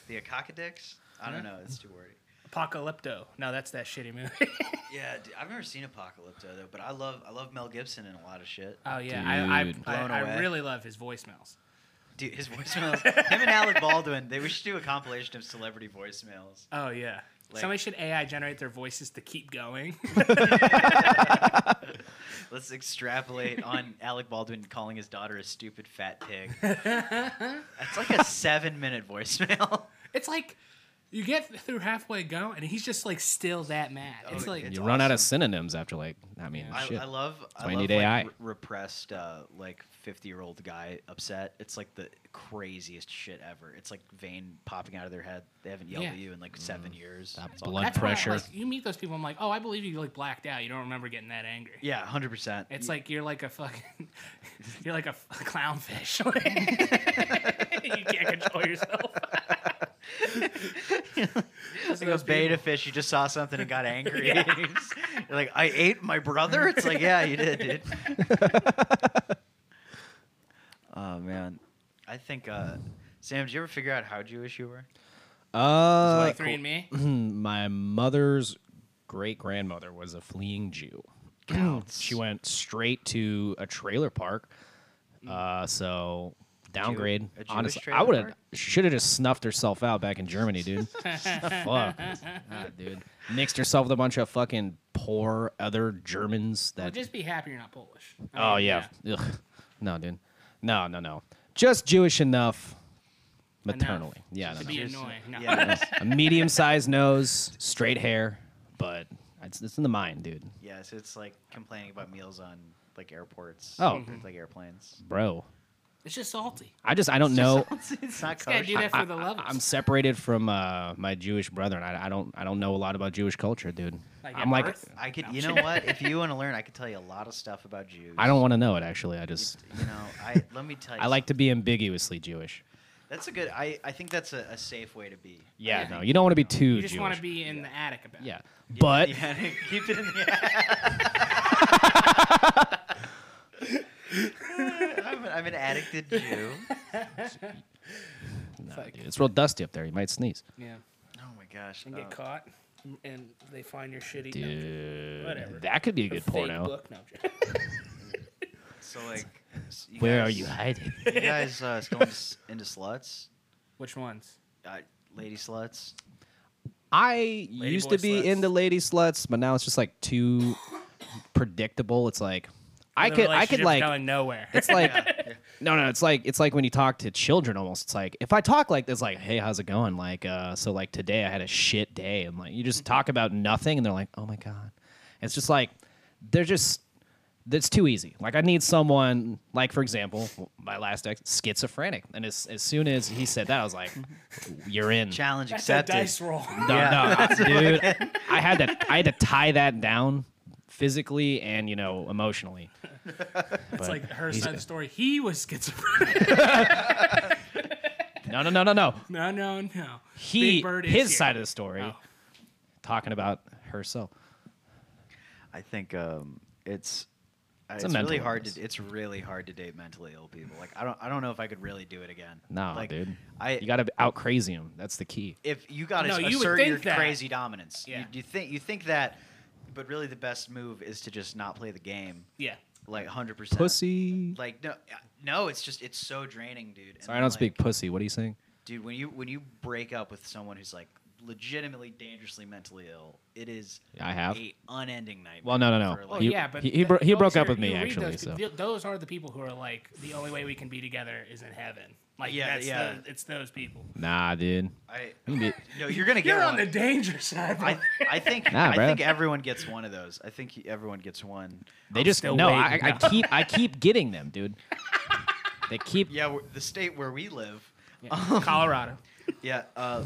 [SPEAKER 2] the apocadix? I don't know. It's too wordy.
[SPEAKER 1] Apocalypto. No, that's that shitty movie.
[SPEAKER 2] Yeah, dude, I've never seen Apocalypto though, but I love I love Mel Gibson in a lot of shit.
[SPEAKER 1] oh yeah, I, I,
[SPEAKER 3] Dude.
[SPEAKER 1] I,
[SPEAKER 2] Blown
[SPEAKER 1] I
[SPEAKER 2] away.
[SPEAKER 1] really love his voicemails.
[SPEAKER 2] Dude, his voicemails. him and Alec Baldwin. They we should do a compilation of celebrity voicemails.
[SPEAKER 1] Oh yeah.
[SPEAKER 2] Like-
[SPEAKER 1] Somebody should AI generate their voices to keep going.
[SPEAKER 2] Let's extrapolate on Alec Baldwin calling his daughter a stupid fat pig. That's like a seven-minute voicemail.
[SPEAKER 3] Oh,
[SPEAKER 1] it's like you get through halfway go, and he's just like still that mad.
[SPEAKER 2] Oh,
[SPEAKER 1] It's like
[SPEAKER 2] It's
[SPEAKER 3] you run out of
[SPEAKER 2] awesome.
[SPEAKER 3] synonyms after like I mean
[SPEAKER 2] I,
[SPEAKER 3] shit.
[SPEAKER 2] I love. I
[SPEAKER 3] why I
[SPEAKER 2] love
[SPEAKER 3] need
[SPEAKER 2] like,
[SPEAKER 3] AI.
[SPEAKER 2] re- repressed, uh, like fifty-year-old guy upset. It's like the craziest shit ever. It's like vein popping out of their head. They haven't yelled
[SPEAKER 1] Yeah.
[SPEAKER 2] at you in like seven years.
[SPEAKER 3] Mm. That
[SPEAKER 2] It's all-
[SPEAKER 3] blood
[SPEAKER 1] that's why,
[SPEAKER 3] pressure.
[SPEAKER 1] like, you meet those people, I'm like, oh, I believe you like blacked out. You don't remember getting that angry.
[SPEAKER 2] Yeah, hundred percent.
[SPEAKER 1] It's like you're like a fucking, you're like a, f- a clownfish. you can't control yourself.
[SPEAKER 2] It's like a beta fish. You just saw something and got angry. You're like, I ate my brother. It's like, yeah, you did, dude. oh man, I think uh, Sam. Did you ever figure out how Jewish you were?
[SPEAKER 3] Uh,
[SPEAKER 1] like three and me.
[SPEAKER 3] my mother's great grandmother was a fleeing Jew. she went straight to a trailer park. Uh, so downgrade.
[SPEAKER 2] Mm. a Jewish
[SPEAKER 3] honestly, I
[SPEAKER 2] trailer
[SPEAKER 3] would have
[SPEAKER 2] park?
[SPEAKER 3] should have just snuffed herself out back in Germany, dude. Fuck, Ah, dude. Mixed herself with a bunch of fucking poor other Germans
[SPEAKER 1] Well,
[SPEAKER 3] that
[SPEAKER 1] just be happy you're not Polish. I
[SPEAKER 3] Oh
[SPEAKER 1] mean,
[SPEAKER 3] yeah. Ugh. No, dude. No, no, no. Just Jewish enough maternally. Yeah.
[SPEAKER 1] To
[SPEAKER 3] no,
[SPEAKER 1] be
[SPEAKER 3] no.
[SPEAKER 1] annoying. No.
[SPEAKER 2] Yeah,
[SPEAKER 3] A medium sized nose, straight hair, but it's, it's in the mind, dude.
[SPEAKER 2] yeah. So it's like complaining about meals on like airports.
[SPEAKER 3] Oh.
[SPEAKER 2] or,
[SPEAKER 1] Mm-hmm.
[SPEAKER 2] like airplanes.
[SPEAKER 3] Bro.
[SPEAKER 1] It's just salty.
[SPEAKER 3] I just I don't know.
[SPEAKER 2] it's not
[SPEAKER 1] Just gotta do
[SPEAKER 2] kosher.
[SPEAKER 1] that for the levels.
[SPEAKER 3] I'm separated from uh, my Jewish brother, and I, I don't I don't know a lot about Jewish culture, dude.
[SPEAKER 1] Like at
[SPEAKER 3] I'm like
[SPEAKER 1] birth?
[SPEAKER 2] I could,
[SPEAKER 1] No,
[SPEAKER 2] you
[SPEAKER 1] I'm
[SPEAKER 2] know what? If you want to learn, I could tell you a lot of stuff about Jews.
[SPEAKER 3] I don't want to know it actually. I just
[SPEAKER 2] You know, I let me tell you.
[SPEAKER 3] I like to be ambiguously Jewish.
[SPEAKER 2] That's a good. I I think that's a, a safe way to be.
[SPEAKER 3] Yeah,
[SPEAKER 1] Yeah.
[SPEAKER 3] no, you don't want to be too
[SPEAKER 1] You just want
[SPEAKER 3] Jewish.
[SPEAKER 1] to be in the attic about. it.
[SPEAKER 3] yeah, but
[SPEAKER 2] Yeah, keep it in the I'm, an- I'm an addicted Jew.
[SPEAKER 3] no, dude, it's real dusty up there. You might sneeze,
[SPEAKER 1] Yeah.
[SPEAKER 2] Oh my gosh.
[SPEAKER 1] And
[SPEAKER 2] uh,
[SPEAKER 1] get caught, and they find your shitty. no,
[SPEAKER 3] dude.
[SPEAKER 1] Whatever.
[SPEAKER 3] That could be a good
[SPEAKER 1] fake
[SPEAKER 3] porno.
[SPEAKER 1] book. No, I'm joking.
[SPEAKER 2] so like, S-
[SPEAKER 3] Where
[SPEAKER 2] guys-
[SPEAKER 3] are you hiding?
[SPEAKER 2] You guys uh, still into, s- into sluts?
[SPEAKER 1] Which ones?
[SPEAKER 2] Uh, lady sluts?
[SPEAKER 3] Hmm. I
[SPEAKER 1] used
[SPEAKER 3] used
[SPEAKER 1] boy
[SPEAKER 3] to be
[SPEAKER 1] sluts.
[SPEAKER 3] into lady sluts, but now it's just like too predictable. It's like I
[SPEAKER 1] The
[SPEAKER 3] could I could
[SPEAKER 1] relationship's
[SPEAKER 3] like
[SPEAKER 1] going nowhere.
[SPEAKER 3] it's like no no it's like it's like when you talk to children almost. It's like if I talk like this, like hey how's it going? Like uh so like today I had a shit day and like you
[SPEAKER 1] Mm-hmm.
[SPEAKER 3] just talk about nothing and they're like oh my god. It's just like they're just that's too easy. Like I need someone like for example my last ex schizophrenic and as as soon as he said that I was like you're in.
[SPEAKER 2] Challenge
[SPEAKER 1] That's a
[SPEAKER 2] accepted.
[SPEAKER 1] dice roll.
[SPEAKER 3] No,
[SPEAKER 2] Yeah.
[SPEAKER 3] no, dude. I had to, I had to tie that down physically and you know emotionally.
[SPEAKER 1] It's
[SPEAKER 3] But
[SPEAKER 1] like her
[SPEAKER 3] he's-
[SPEAKER 1] side of the story. He was schizophrenic.
[SPEAKER 3] No, no, no, no, no.
[SPEAKER 1] no, no, no.
[SPEAKER 3] He,
[SPEAKER 1] Big Bird is
[SPEAKER 3] his
[SPEAKER 1] here.
[SPEAKER 3] side of the story,
[SPEAKER 1] Oh.
[SPEAKER 3] talking about herself.
[SPEAKER 2] I think um, it's uh,
[SPEAKER 3] It's
[SPEAKER 2] it's,
[SPEAKER 3] a
[SPEAKER 2] really
[SPEAKER 3] mental
[SPEAKER 2] hard
[SPEAKER 3] illness.
[SPEAKER 2] to it's really hard to date mentally ill people. Like I don't I don't know if I could really do it again.
[SPEAKER 3] No,
[SPEAKER 2] like,
[SPEAKER 3] dude.
[SPEAKER 2] I
[SPEAKER 3] you got to out crazy him. That's the key.
[SPEAKER 2] if you got to
[SPEAKER 1] No, you would
[SPEAKER 2] assert
[SPEAKER 1] think
[SPEAKER 2] your
[SPEAKER 1] that.
[SPEAKER 2] crazy dominance.
[SPEAKER 1] Yeah.
[SPEAKER 2] You, you think you think that, but really the best move is to just not play the game.
[SPEAKER 1] Yeah.
[SPEAKER 2] Like hundred percent.
[SPEAKER 3] Pussy.
[SPEAKER 2] Like no, uh, no. It's just it's so draining, dude. And
[SPEAKER 3] Sorry, I don't
[SPEAKER 2] like,
[SPEAKER 3] speak pussy. What are you saying?
[SPEAKER 2] dude when you when you break up with someone who's like legitimately dangerously mentally ill it is
[SPEAKER 3] I have.
[SPEAKER 2] a unending nightmare
[SPEAKER 3] Well, no, no, no.
[SPEAKER 2] for,
[SPEAKER 1] Well,
[SPEAKER 2] like,
[SPEAKER 3] You-
[SPEAKER 1] Oh, yeah, but
[SPEAKER 3] he- he
[SPEAKER 1] th-
[SPEAKER 3] bro- he
[SPEAKER 1] those
[SPEAKER 3] broke up
[SPEAKER 1] are-
[SPEAKER 3] with me,
[SPEAKER 1] you read
[SPEAKER 3] actually,
[SPEAKER 1] Those,
[SPEAKER 3] so.
[SPEAKER 1] th- those are the people who are like the only way we can be together is in heaven. Like
[SPEAKER 2] Yeah,
[SPEAKER 1] that's
[SPEAKER 2] yeah.
[SPEAKER 1] The, it's those people.
[SPEAKER 3] Nah, dude.
[SPEAKER 2] I,
[SPEAKER 3] You can be-
[SPEAKER 2] no you're gonna get
[SPEAKER 1] You're on
[SPEAKER 2] one.
[SPEAKER 1] the danger side.
[SPEAKER 2] I, I think
[SPEAKER 3] Nah,
[SPEAKER 2] I
[SPEAKER 3] bro.
[SPEAKER 2] think everyone gets one of those. I think he- everyone gets one.
[SPEAKER 3] They just
[SPEAKER 1] still
[SPEAKER 3] no. I,
[SPEAKER 1] waiting.
[SPEAKER 3] I keep I keep getting them, dude. They keep
[SPEAKER 2] Yeah, we're- the state where we live,
[SPEAKER 1] bro. Colorado.
[SPEAKER 2] yeah, uh,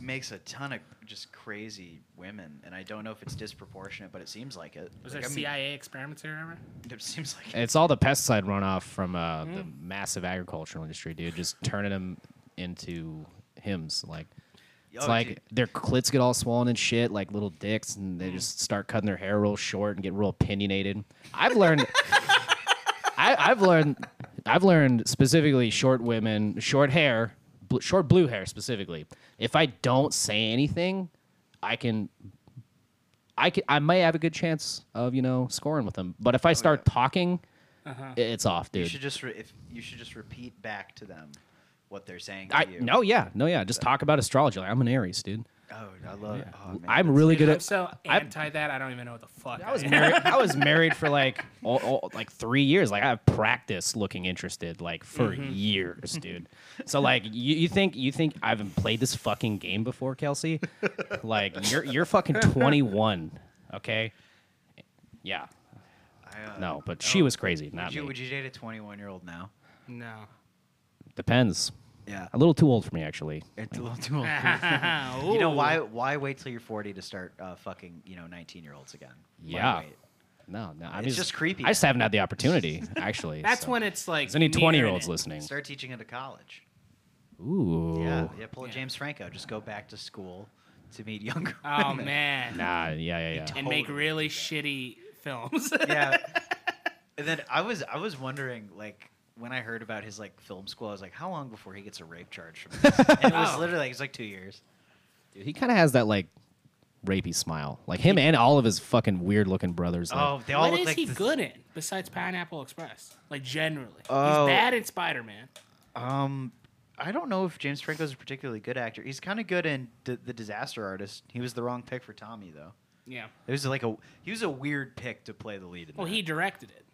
[SPEAKER 2] makes a ton of just crazy women, and I don't know if it's disproportionate, but it seems like it.
[SPEAKER 1] Was
[SPEAKER 2] like,
[SPEAKER 1] there
[SPEAKER 2] I mean,
[SPEAKER 1] CIA experiments here ever?
[SPEAKER 2] It seems like it.
[SPEAKER 3] It's all the pesticide runoff from uh,
[SPEAKER 1] Mm.
[SPEAKER 3] the massive agricultural industry, dude. Just turning them into hymns. Like it's
[SPEAKER 2] Oh,
[SPEAKER 3] like
[SPEAKER 2] dude.
[SPEAKER 3] their clits get all swollen and shit, like little dicks, and they just start cutting their hair real short and get real opinionated. I've learned. I, I've learned. I've learned specifically short women, short hair, bl- short blue hair specifically. If I don't say anything, I can I could, I may have a good chance of you know scoring with them, but if I start talking, i- it's off,
[SPEAKER 2] Oh, Uh-huh. You
[SPEAKER 3] dude.
[SPEAKER 2] should just re- if you should just repeat back to them what they're saying to
[SPEAKER 3] I
[SPEAKER 2] you.
[SPEAKER 3] no, yeah, no, yeah. Just talk about astrology. Like, I'm an Aries, dude.
[SPEAKER 2] Oh, I love it. Oh, man.
[SPEAKER 3] I'm really
[SPEAKER 1] Dude,
[SPEAKER 3] good
[SPEAKER 1] I'm
[SPEAKER 3] at.
[SPEAKER 1] so anti that. I don't even know what the fuck.
[SPEAKER 3] I was
[SPEAKER 1] am.
[SPEAKER 3] married. I was married for like all, all- like three years. Like I have practiced looking interested like for
[SPEAKER 2] Mm-hmm.
[SPEAKER 3] years, dude. So like you, you think you think I haven't played this fucking game before, Kelsey? Like you're you're fucking 21, okay? Yeah,
[SPEAKER 2] I, uh,
[SPEAKER 3] no, but she was crazy. Not
[SPEAKER 2] Would you,
[SPEAKER 3] me.
[SPEAKER 2] would you date a 21 year old now?
[SPEAKER 1] No.
[SPEAKER 3] Depends.
[SPEAKER 2] Yeah.
[SPEAKER 3] A little too old for me, actually.
[SPEAKER 2] It's a little too old.
[SPEAKER 1] you
[SPEAKER 2] you know why? Why wait till you're 40 to start uh, fucking you know 19 year olds again? Why
[SPEAKER 3] Yeah.
[SPEAKER 2] wait?
[SPEAKER 3] No, no. I
[SPEAKER 2] It's just creepy.
[SPEAKER 3] I just haven't had the opportunity, actually.
[SPEAKER 1] That's
[SPEAKER 3] so.
[SPEAKER 1] when it's like.
[SPEAKER 3] Is there any
[SPEAKER 1] near
[SPEAKER 3] 20 year olds
[SPEAKER 1] it.
[SPEAKER 3] listening?
[SPEAKER 2] Start teaching it at college.
[SPEAKER 3] Ooh.
[SPEAKER 2] Yeah. Yeah. Pull a
[SPEAKER 1] Yeah.
[SPEAKER 2] James Franco. Just go back to school to meet younger.
[SPEAKER 1] Oh
[SPEAKER 2] women.
[SPEAKER 1] man.
[SPEAKER 3] Nah, yeah, yeah, yeah.
[SPEAKER 1] And make
[SPEAKER 2] totally
[SPEAKER 1] really
[SPEAKER 2] do that.
[SPEAKER 1] shitty films.
[SPEAKER 2] yeah. And then I was I was wondering like when I heard about his like film school, I was like, how long before he gets a rape charge from this? And it was
[SPEAKER 1] Oh.
[SPEAKER 2] literally like it's like two years.
[SPEAKER 3] Dude, he kind of has that, like, rapey smile. Like, him and all of his fucking weird looking brothers. Like,
[SPEAKER 2] Oh, they all
[SPEAKER 1] What
[SPEAKER 2] look
[SPEAKER 1] is
[SPEAKER 2] like
[SPEAKER 1] he
[SPEAKER 2] this-
[SPEAKER 1] good in besides Pineapple Express? Like generally,
[SPEAKER 2] Oh.
[SPEAKER 1] he's bad in Spider Man.
[SPEAKER 2] Um, I don't know if James Franco's a particularly good actor. He's kind of good in D- the Disaster Artist. He was the wrong pick for Tommy though.
[SPEAKER 1] Yeah.
[SPEAKER 2] It was like a he was a weird pick to play the lead. In
[SPEAKER 1] Well,
[SPEAKER 2] that.
[SPEAKER 1] he directed it.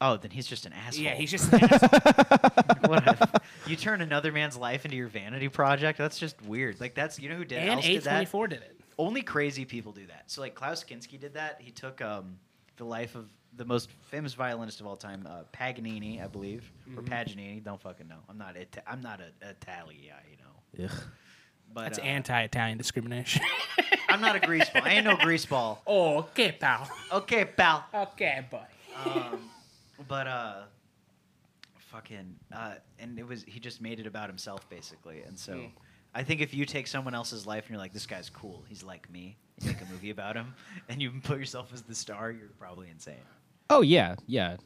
[SPEAKER 2] oh then he's just an asshole.
[SPEAKER 1] Yeah, he's just. an asshole.
[SPEAKER 2] What a- you turn another man's life into your vanity project. That's just weird. Like that's you know who did
[SPEAKER 1] and
[SPEAKER 2] else
[SPEAKER 1] A
[SPEAKER 2] did
[SPEAKER 1] twenty
[SPEAKER 2] that?
[SPEAKER 1] four did it.
[SPEAKER 2] only crazy people do that. So like Klaus Kinski did that. He took um, the life of the most famous violinist of all time, uh, Paganini, I believe,
[SPEAKER 1] Mm-hmm.
[SPEAKER 2] or Paganini. Don't fucking know. I'm not. Ita- I'm not a Italian, you
[SPEAKER 1] Oh.
[SPEAKER 2] know.
[SPEAKER 3] Ugh.
[SPEAKER 2] But
[SPEAKER 1] That's
[SPEAKER 2] uh,
[SPEAKER 1] anti-Italian discrimination.
[SPEAKER 2] I'm not a greaseball. I ain't no greaseball.
[SPEAKER 1] oh, okay, pal.
[SPEAKER 2] Okay, pal.
[SPEAKER 1] Okay, buddy.
[SPEAKER 2] But uh, fucking uh, and it was he just made it about himself basically, and so.
[SPEAKER 1] Mm.
[SPEAKER 2] I think if you take someone else's life and you're like, this guy's cool, he's like me, you make a movie about him, and you put yourself as the star, you're probably insane.
[SPEAKER 3] Oh, yeah, yeah.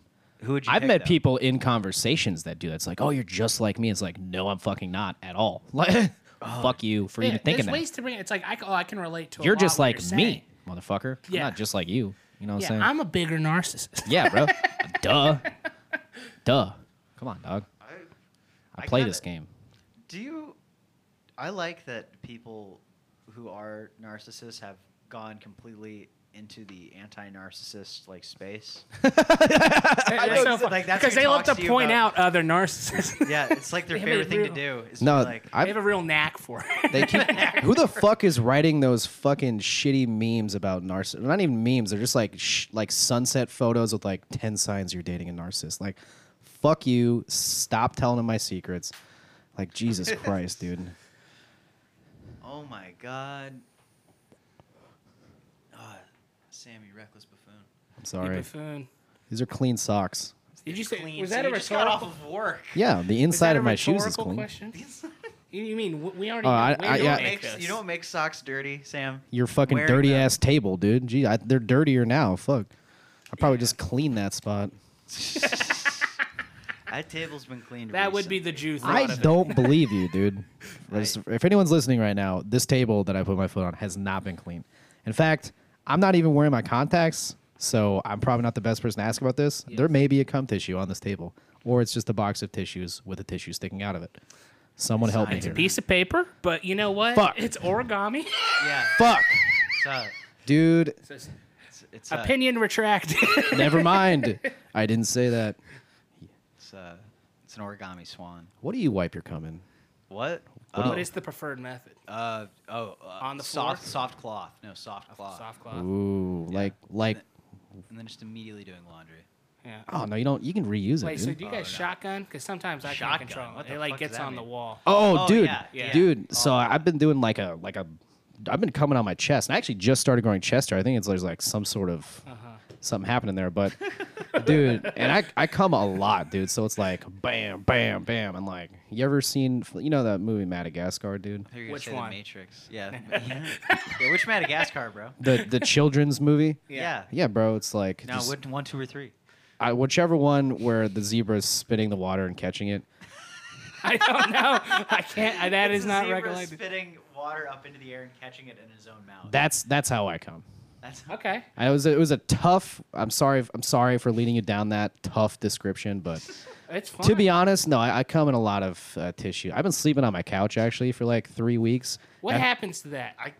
[SPEAKER 2] Who would you?
[SPEAKER 3] I've
[SPEAKER 2] pick,
[SPEAKER 3] met
[SPEAKER 2] though?
[SPEAKER 3] people in conversations that do that. It's like, oh, you're just like me. It's like, no, I'm fucking not at all. Like, fuck you for even thinking
[SPEAKER 1] Oh. there's
[SPEAKER 3] that.
[SPEAKER 1] ways to bring it. It's like I, c- oh, I can relate to. a
[SPEAKER 3] you're
[SPEAKER 1] lot
[SPEAKER 3] just
[SPEAKER 1] what
[SPEAKER 3] like
[SPEAKER 1] you're saying.
[SPEAKER 3] me, motherfucker. I'm
[SPEAKER 1] Yeah.
[SPEAKER 3] not just like you. You know what
[SPEAKER 1] Yeah,
[SPEAKER 3] I'm saying?
[SPEAKER 1] I'm a bigger narcissist.
[SPEAKER 3] Yeah, bro. Duh. Duh. Come on, dog.
[SPEAKER 2] I,
[SPEAKER 3] I,
[SPEAKER 2] I
[SPEAKER 3] play
[SPEAKER 2] got
[SPEAKER 3] this
[SPEAKER 2] it.
[SPEAKER 3] game.
[SPEAKER 2] do you? I like that people who are narcissists have gone completely into the anti-narcissist like space.
[SPEAKER 1] That's
[SPEAKER 2] like-
[SPEAKER 1] so fun.
[SPEAKER 2] like, that's
[SPEAKER 1] because
[SPEAKER 2] who
[SPEAKER 1] they love to
[SPEAKER 2] talks to you
[SPEAKER 1] point
[SPEAKER 2] about-
[SPEAKER 1] out other narcissists.
[SPEAKER 2] yeah, it's like their
[SPEAKER 1] They have a
[SPEAKER 2] favorite thing to
[SPEAKER 1] real-
[SPEAKER 2] do. Is
[SPEAKER 3] No,
[SPEAKER 2] like
[SPEAKER 1] I
[SPEAKER 3] I
[SPEAKER 1] have a real knack for it.
[SPEAKER 3] They keep, who the fuck is writing those fucking shitty memes about narcissists? Not even memes. They're just like sh- like sunset photos with like ten signs you're dating a narcissist. Like, fuck you. Stop telling them my secrets. Like Jesus Christ, dude.
[SPEAKER 2] Oh my god. Ah, Sam, you reckless buffoon.
[SPEAKER 3] I'm
[SPEAKER 1] You
[SPEAKER 3] sorry.
[SPEAKER 1] buffoon.
[SPEAKER 3] These are clean socks.
[SPEAKER 1] Did
[SPEAKER 2] You're
[SPEAKER 1] you say
[SPEAKER 2] clean,
[SPEAKER 1] was
[SPEAKER 2] so
[SPEAKER 1] that a
[SPEAKER 2] you just got off
[SPEAKER 1] rhetorical?
[SPEAKER 2] of work?
[SPEAKER 3] Yeah, the
[SPEAKER 1] was that
[SPEAKER 3] inside
[SPEAKER 1] a
[SPEAKER 3] of my shoes is
[SPEAKER 1] rhetorical
[SPEAKER 3] clean.
[SPEAKER 1] question? You, you mean w- we already?
[SPEAKER 3] Oh,
[SPEAKER 1] know-
[SPEAKER 3] I-
[SPEAKER 1] we
[SPEAKER 3] I-
[SPEAKER 1] know
[SPEAKER 3] Uh, yeah.
[SPEAKER 1] what
[SPEAKER 2] Makes-
[SPEAKER 1] makes
[SPEAKER 2] you
[SPEAKER 1] us.
[SPEAKER 2] don't make socks dirty, Sam.
[SPEAKER 3] Your fucking
[SPEAKER 2] Wearing
[SPEAKER 3] dirty
[SPEAKER 2] them.
[SPEAKER 3] ass table, dude. Gee, I, they're dirtier now. Fuck. I probably just clean that spot.
[SPEAKER 2] That table's been cleaned.
[SPEAKER 1] That would be the
[SPEAKER 2] recently.
[SPEAKER 1] Jew.
[SPEAKER 3] I
[SPEAKER 1] thought of it.
[SPEAKER 3] don't believe you, dude. Just- If anyone's listening right now, this table that I put my foot on has not been clean. In fact, I'm not even wearing my contacts, so I'm probably not the best person to ask about this. There may be a cum tissue on this table, or it's just a box of tissues with a tissue sticking out of it. Someone help me
[SPEAKER 1] It's a
[SPEAKER 3] here.
[SPEAKER 1] piece of paper, but you know what?
[SPEAKER 3] Fuck.
[SPEAKER 1] It's origami.
[SPEAKER 2] Yeah.
[SPEAKER 3] Fuck,
[SPEAKER 2] It's up.
[SPEAKER 3] dude.
[SPEAKER 1] It's just
[SPEAKER 2] It's, it's uh, up.
[SPEAKER 1] Opinion retracted.
[SPEAKER 3] Never mind. I didn't say that.
[SPEAKER 2] It's, uh, it's an origami swan.
[SPEAKER 3] What do you wipe your cum in?
[SPEAKER 2] What? Oh,
[SPEAKER 1] What is the preferred method?
[SPEAKER 2] uh, oh, uh,
[SPEAKER 1] On the
[SPEAKER 2] soft,
[SPEAKER 1] floor?
[SPEAKER 2] soft cloth. No, soft cloth.
[SPEAKER 1] Soft cloth.
[SPEAKER 3] Ooh, like like.
[SPEAKER 2] And then just immediately doing laundry.
[SPEAKER 1] Yeah.
[SPEAKER 3] Oh no, you don't. You can reuse it.
[SPEAKER 1] Wait, so
[SPEAKER 3] dude.
[SPEAKER 1] do you guys shotgun? Because sometimes I can't
[SPEAKER 2] Oh, Shotgun?
[SPEAKER 1] control
[SPEAKER 2] What
[SPEAKER 1] it.
[SPEAKER 2] the
[SPEAKER 1] It like
[SPEAKER 2] fuck does
[SPEAKER 1] gets
[SPEAKER 2] that
[SPEAKER 1] on the
[SPEAKER 2] mean?
[SPEAKER 1] wall.
[SPEAKER 3] Oh,
[SPEAKER 2] Oh,
[SPEAKER 3] dude,
[SPEAKER 2] yeah, yeah.
[SPEAKER 3] dude. So
[SPEAKER 2] Oh.
[SPEAKER 3] I've been doing like a like a, I've been coming on my chest. And I actually just started growing chest hair. I think it's there's like some sort of
[SPEAKER 2] Uh-huh.
[SPEAKER 3] something happening there, but dude, and I I come a lot, dude. So it's like bam, bam, bam, and like you ever seen you know that movie Madagascar, dude?
[SPEAKER 2] I thought you were gonna
[SPEAKER 1] Which
[SPEAKER 2] say
[SPEAKER 1] one?
[SPEAKER 2] The Matrix. Yeah. yeah. Which Madagascar, bro?
[SPEAKER 3] The the children's movie.
[SPEAKER 2] Yeah.
[SPEAKER 3] Yeah, bro. It's like
[SPEAKER 2] No,
[SPEAKER 3] just-
[SPEAKER 2] would one, two, or three?
[SPEAKER 3] I, whichever one where the zebra is spitting the water and catching it.
[SPEAKER 1] I don't know. I can't. I, that is not recollected.
[SPEAKER 2] spitting water up into the air and catching it in his own mouth.
[SPEAKER 3] That's that's how I come.
[SPEAKER 2] That's
[SPEAKER 1] Okay.
[SPEAKER 3] I was it was a tough. I'm sorry. I'm sorry for leading you down that tough description, but.
[SPEAKER 1] It's fun.
[SPEAKER 3] To be honest, no, I, I come in a lot of uh, tissue. I've been sleeping on my couch actually for like three weeks.
[SPEAKER 1] What
[SPEAKER 3] And-
[SPEAKER 1] happens to that?
[SPEAKER 2] I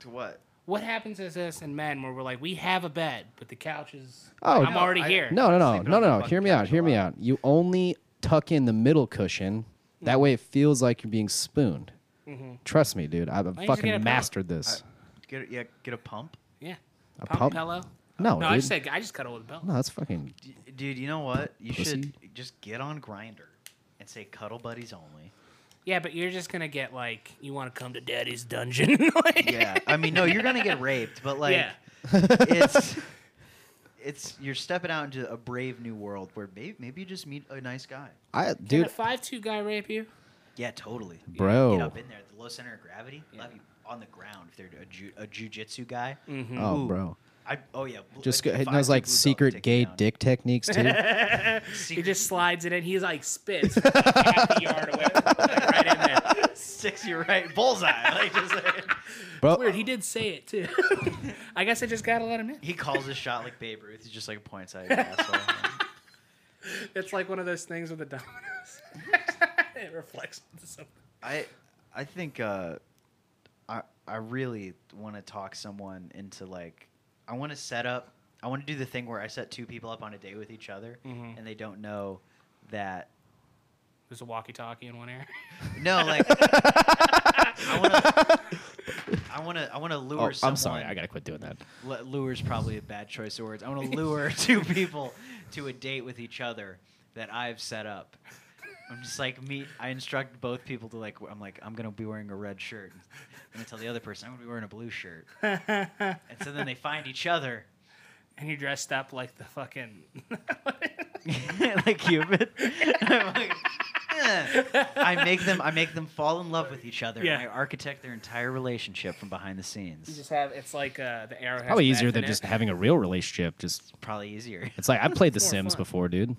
[SPEAKER 2] to what?
[SPEAKER 1] What happens is this in men where we're like, we have a bed, but the couch is.
[SPEAKER 3] Oh,
[SPEAKER 1] I'm
[SPEAKER 3] no,
[SPEAKER 1] already
[SPEAKER 2] I-
[SPEAKER 1] here.
[SPEAKER 3] No, no, no,
[SPEAKER 2] Sleeping
[SPEAKER 3] no,
[SPEAKER 2] on the
[SPEAKER 3] no, no.
[SPEAKER 2] fucking
[SPEAKER 3] Hear me out.
[SPEAKER 2] couch a
[SPEAKER 3] Hear me
[SPEAKER 2] lot.
[SPEAKER 3] out. You only tuck in the middle cushion.
[SPEAKER 1] Mm-hmm.
[SPEAKER 3] That way, it feels like you're being spooned. Trust me, dude. I've
[SPEAKER 1] just get a
[SPEAKER 3] fucking
[SPEAKER 1] pillow?
[SPEAKER 3] mastered this.
[SPEAKER 2] Get a, yeah, get a pump.
[SPEAKER 1] Yeah.
[SPEAKER 3] A
[SPEAKER 1] Pump,
[SPEAKER 3] pump?
[SPEAKER 1] pillow. No,
[SPEAKER 3] no, dude.
[SPEAKER 1] I just said I just cuddle with a pillow.
[SPEAKER 3] no, that's fucking.
[SPEAKER 2] D- dude, you know what? You
[SPEAKER 3] Pussy.
[SPEAKER 2] should just get on Grinder and say cuddle buddies only.
[SPEAKER 1] Yeah, but you're just gonna get like you want to come to Daddy's dungeon. Like-
[SPEAKER 2] Yeah, I mean, no, you're gonna get raped, but like,
[SPEAKER 1] Yeah.
[SPEAKER 2] it's it's you're stepping out into a brave new world where maybe maybe you just meet a nice guy.
[SPEAKER 3] I
[SPEAKER 1] Can
[SPEAKER 3] dude,
[SPEAKER 1] a five two guy rape you?
[SPEAKER 2] Yeah, totally, Get
[SPEAKER 3] bro.
[SPEAKER 2] up in there, the low center of gravity, love you on the ground. If they're a ju- a jujitsu guy,
[SPEAKER 3] Oh,
[SPEAKER 1] Mm-hmm.
[SPEAKER 2] Ooh.
[SPEAKER 3] bro.
[SPEAKER 2] I oh yeah, bl-
[SPEAKER 3] Just
[SPEAKER 2] a
[SPEAKER 3] go, hitting
[SPEAKER 2] five-two
[SPEAKER 3] those like
[SPEAKER 2] blue belt
[SPEAKER 3] secret
[SPEAKER 2] take
[SPEAKER 3] gay
[SPEAKER 2] down.
[SPEAKER 3] dick techniques too.
[SPEAKER 1] He
[SPEAKER 2] Secret
[SPEAKER 1] just slides it in. He's like spits like, half a yard away, like, right in there.
[SPEAKER 2] sticks you right bullseye. Like just like,
[SPEAKER 3] bro.
[SPEAKER 1] Weird. He did say it too. I guess I just gotta let him in.
[SPEAKER 2] he calls his shot like Babe Ruth. He just like points at your asshole.
[SPEAKER 1] It's like one of those things with the dominoes. it reflects onto something.
[SPEAKER 2] I I think uh, I I really want to talk someone into like I want to set up I want to do the thing where I set two people up on a date with each other
[SPEAKER 1] Mm-hmm.
[SPEAKER 2] and they don't know that
[SPEAKER 1] There's a walkie-talkie in one ear.
[SPEAKER 2] no like I want to I want to I want to lure
[SPEAKER 3] Oh,
[SPEAKER 2] someone
[SPEAKER 3] I'm sorry. I gotta quit doing that.
[SPEAKER 2] L- lure's probably a bad choice of words. I want to lure two people to a date with each other that I've set up. I'm just like meet. I instruct both people to like. w- I'm like I'm gonna be wearing a red shirt. And I tell the other person I'm gonna be wearing a blue shirt. and so then they find each other,
[SPEAKER 1] And you're dressed up like the fucking.
[SPEAKER 2] like Cupid. I'm like, "Eh." I make them. I make them fall in love with each other.
[SPEAKER 1] Yeah.
[SPEAKER 2] And I architect their entire relationship from behind the scenes.
[SPEAKER 1] You just have it's like uh, the arrow. has
[SPEAKER 3] Probably
[SPEAKER 1] an
[SPEAKER 3] easier
[SPEAKER 1] F
[SPEAKER 3] than
[SPEAKER 1] in it.
[SPEAKER 3] just having a real relationship. Just
[SPEAKER 2] Probably easier.
[SPEAKER 3] it's like I played The
[SPEAKER 1] It's more
[SPEAKER 3] Sims
[SPEAKER 1] fun.
[SPEAKER 3] before, dude.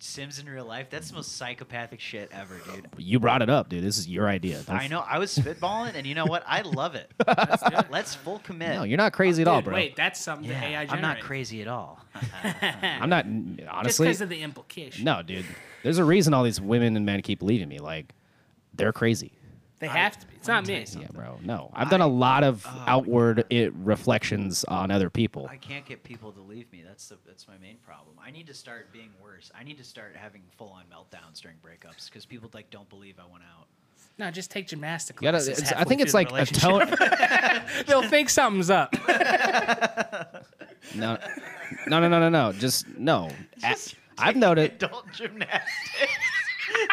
[SPEAKER 2] Sims in real life. That's the most psychopathic shit ever, dude.
[SPEAKER 3] You brought it up, dude. This is your idea. Don't
[SPEAKER 2] I know. I was spitballing, and you know what? I love it.
[SPEAKER 1] Let's do it.
[SPEAKER 2] Let's full commit.
[SPEAKER 3] No, you're not crazy at all,
[SPEAKER 1] Dude,
[SPEAKER 3] bro.
[SPEAKER 1] Wait, that's something
[SPEAKER 2] Yeah,
[SPEAKER 1] the AI
[SPEAKER 2] I'm not
[SPEAKER 1] generates.
[SPEAKER 2] crazy at all.
[SPEAKER 3] I'm not
[SPEAKER 1] Just
[SPEAKER 3] honestly.
[SPEAKER 1] because of the implication.
[SPEAKER 3] No, dude. There's a reason all these women and men keep leaving me. Like, they're crazy.
[SPEAKER 1] They have to be. It's not me.
[SPEAKER 3] Yeah, bro. No, I've done a lot of outward it reflections on other people.
[SPEAKER 2] I can't get people to leave me. That's the that's my main problem. I need to start being worse. I need to start having full on meltdowns during breakups because people like don't believe I went out.
[SPEAKER 1] No, just take gymnastics.
[SPEAKER 3] You gotta-
[SPEAKER 1] classes
[SPEAKER 3] it's- I
[SPEAKER 1] halfway
[SPEAKER 3] think
[SPEAKER 1] through
[SPEAKER 3] it's
[SPEAKER 1] the
[SPEAKER 3] like
[SPEAKER 1] relationship.
[SPEAKER 3] atone.
[SPEAKER 1] They'll think something's up.
[SPEAKER 3] No, no, no, no, no, no. Just no. A- I've noticed.
[SPEAKER 2] Adult gymnastics.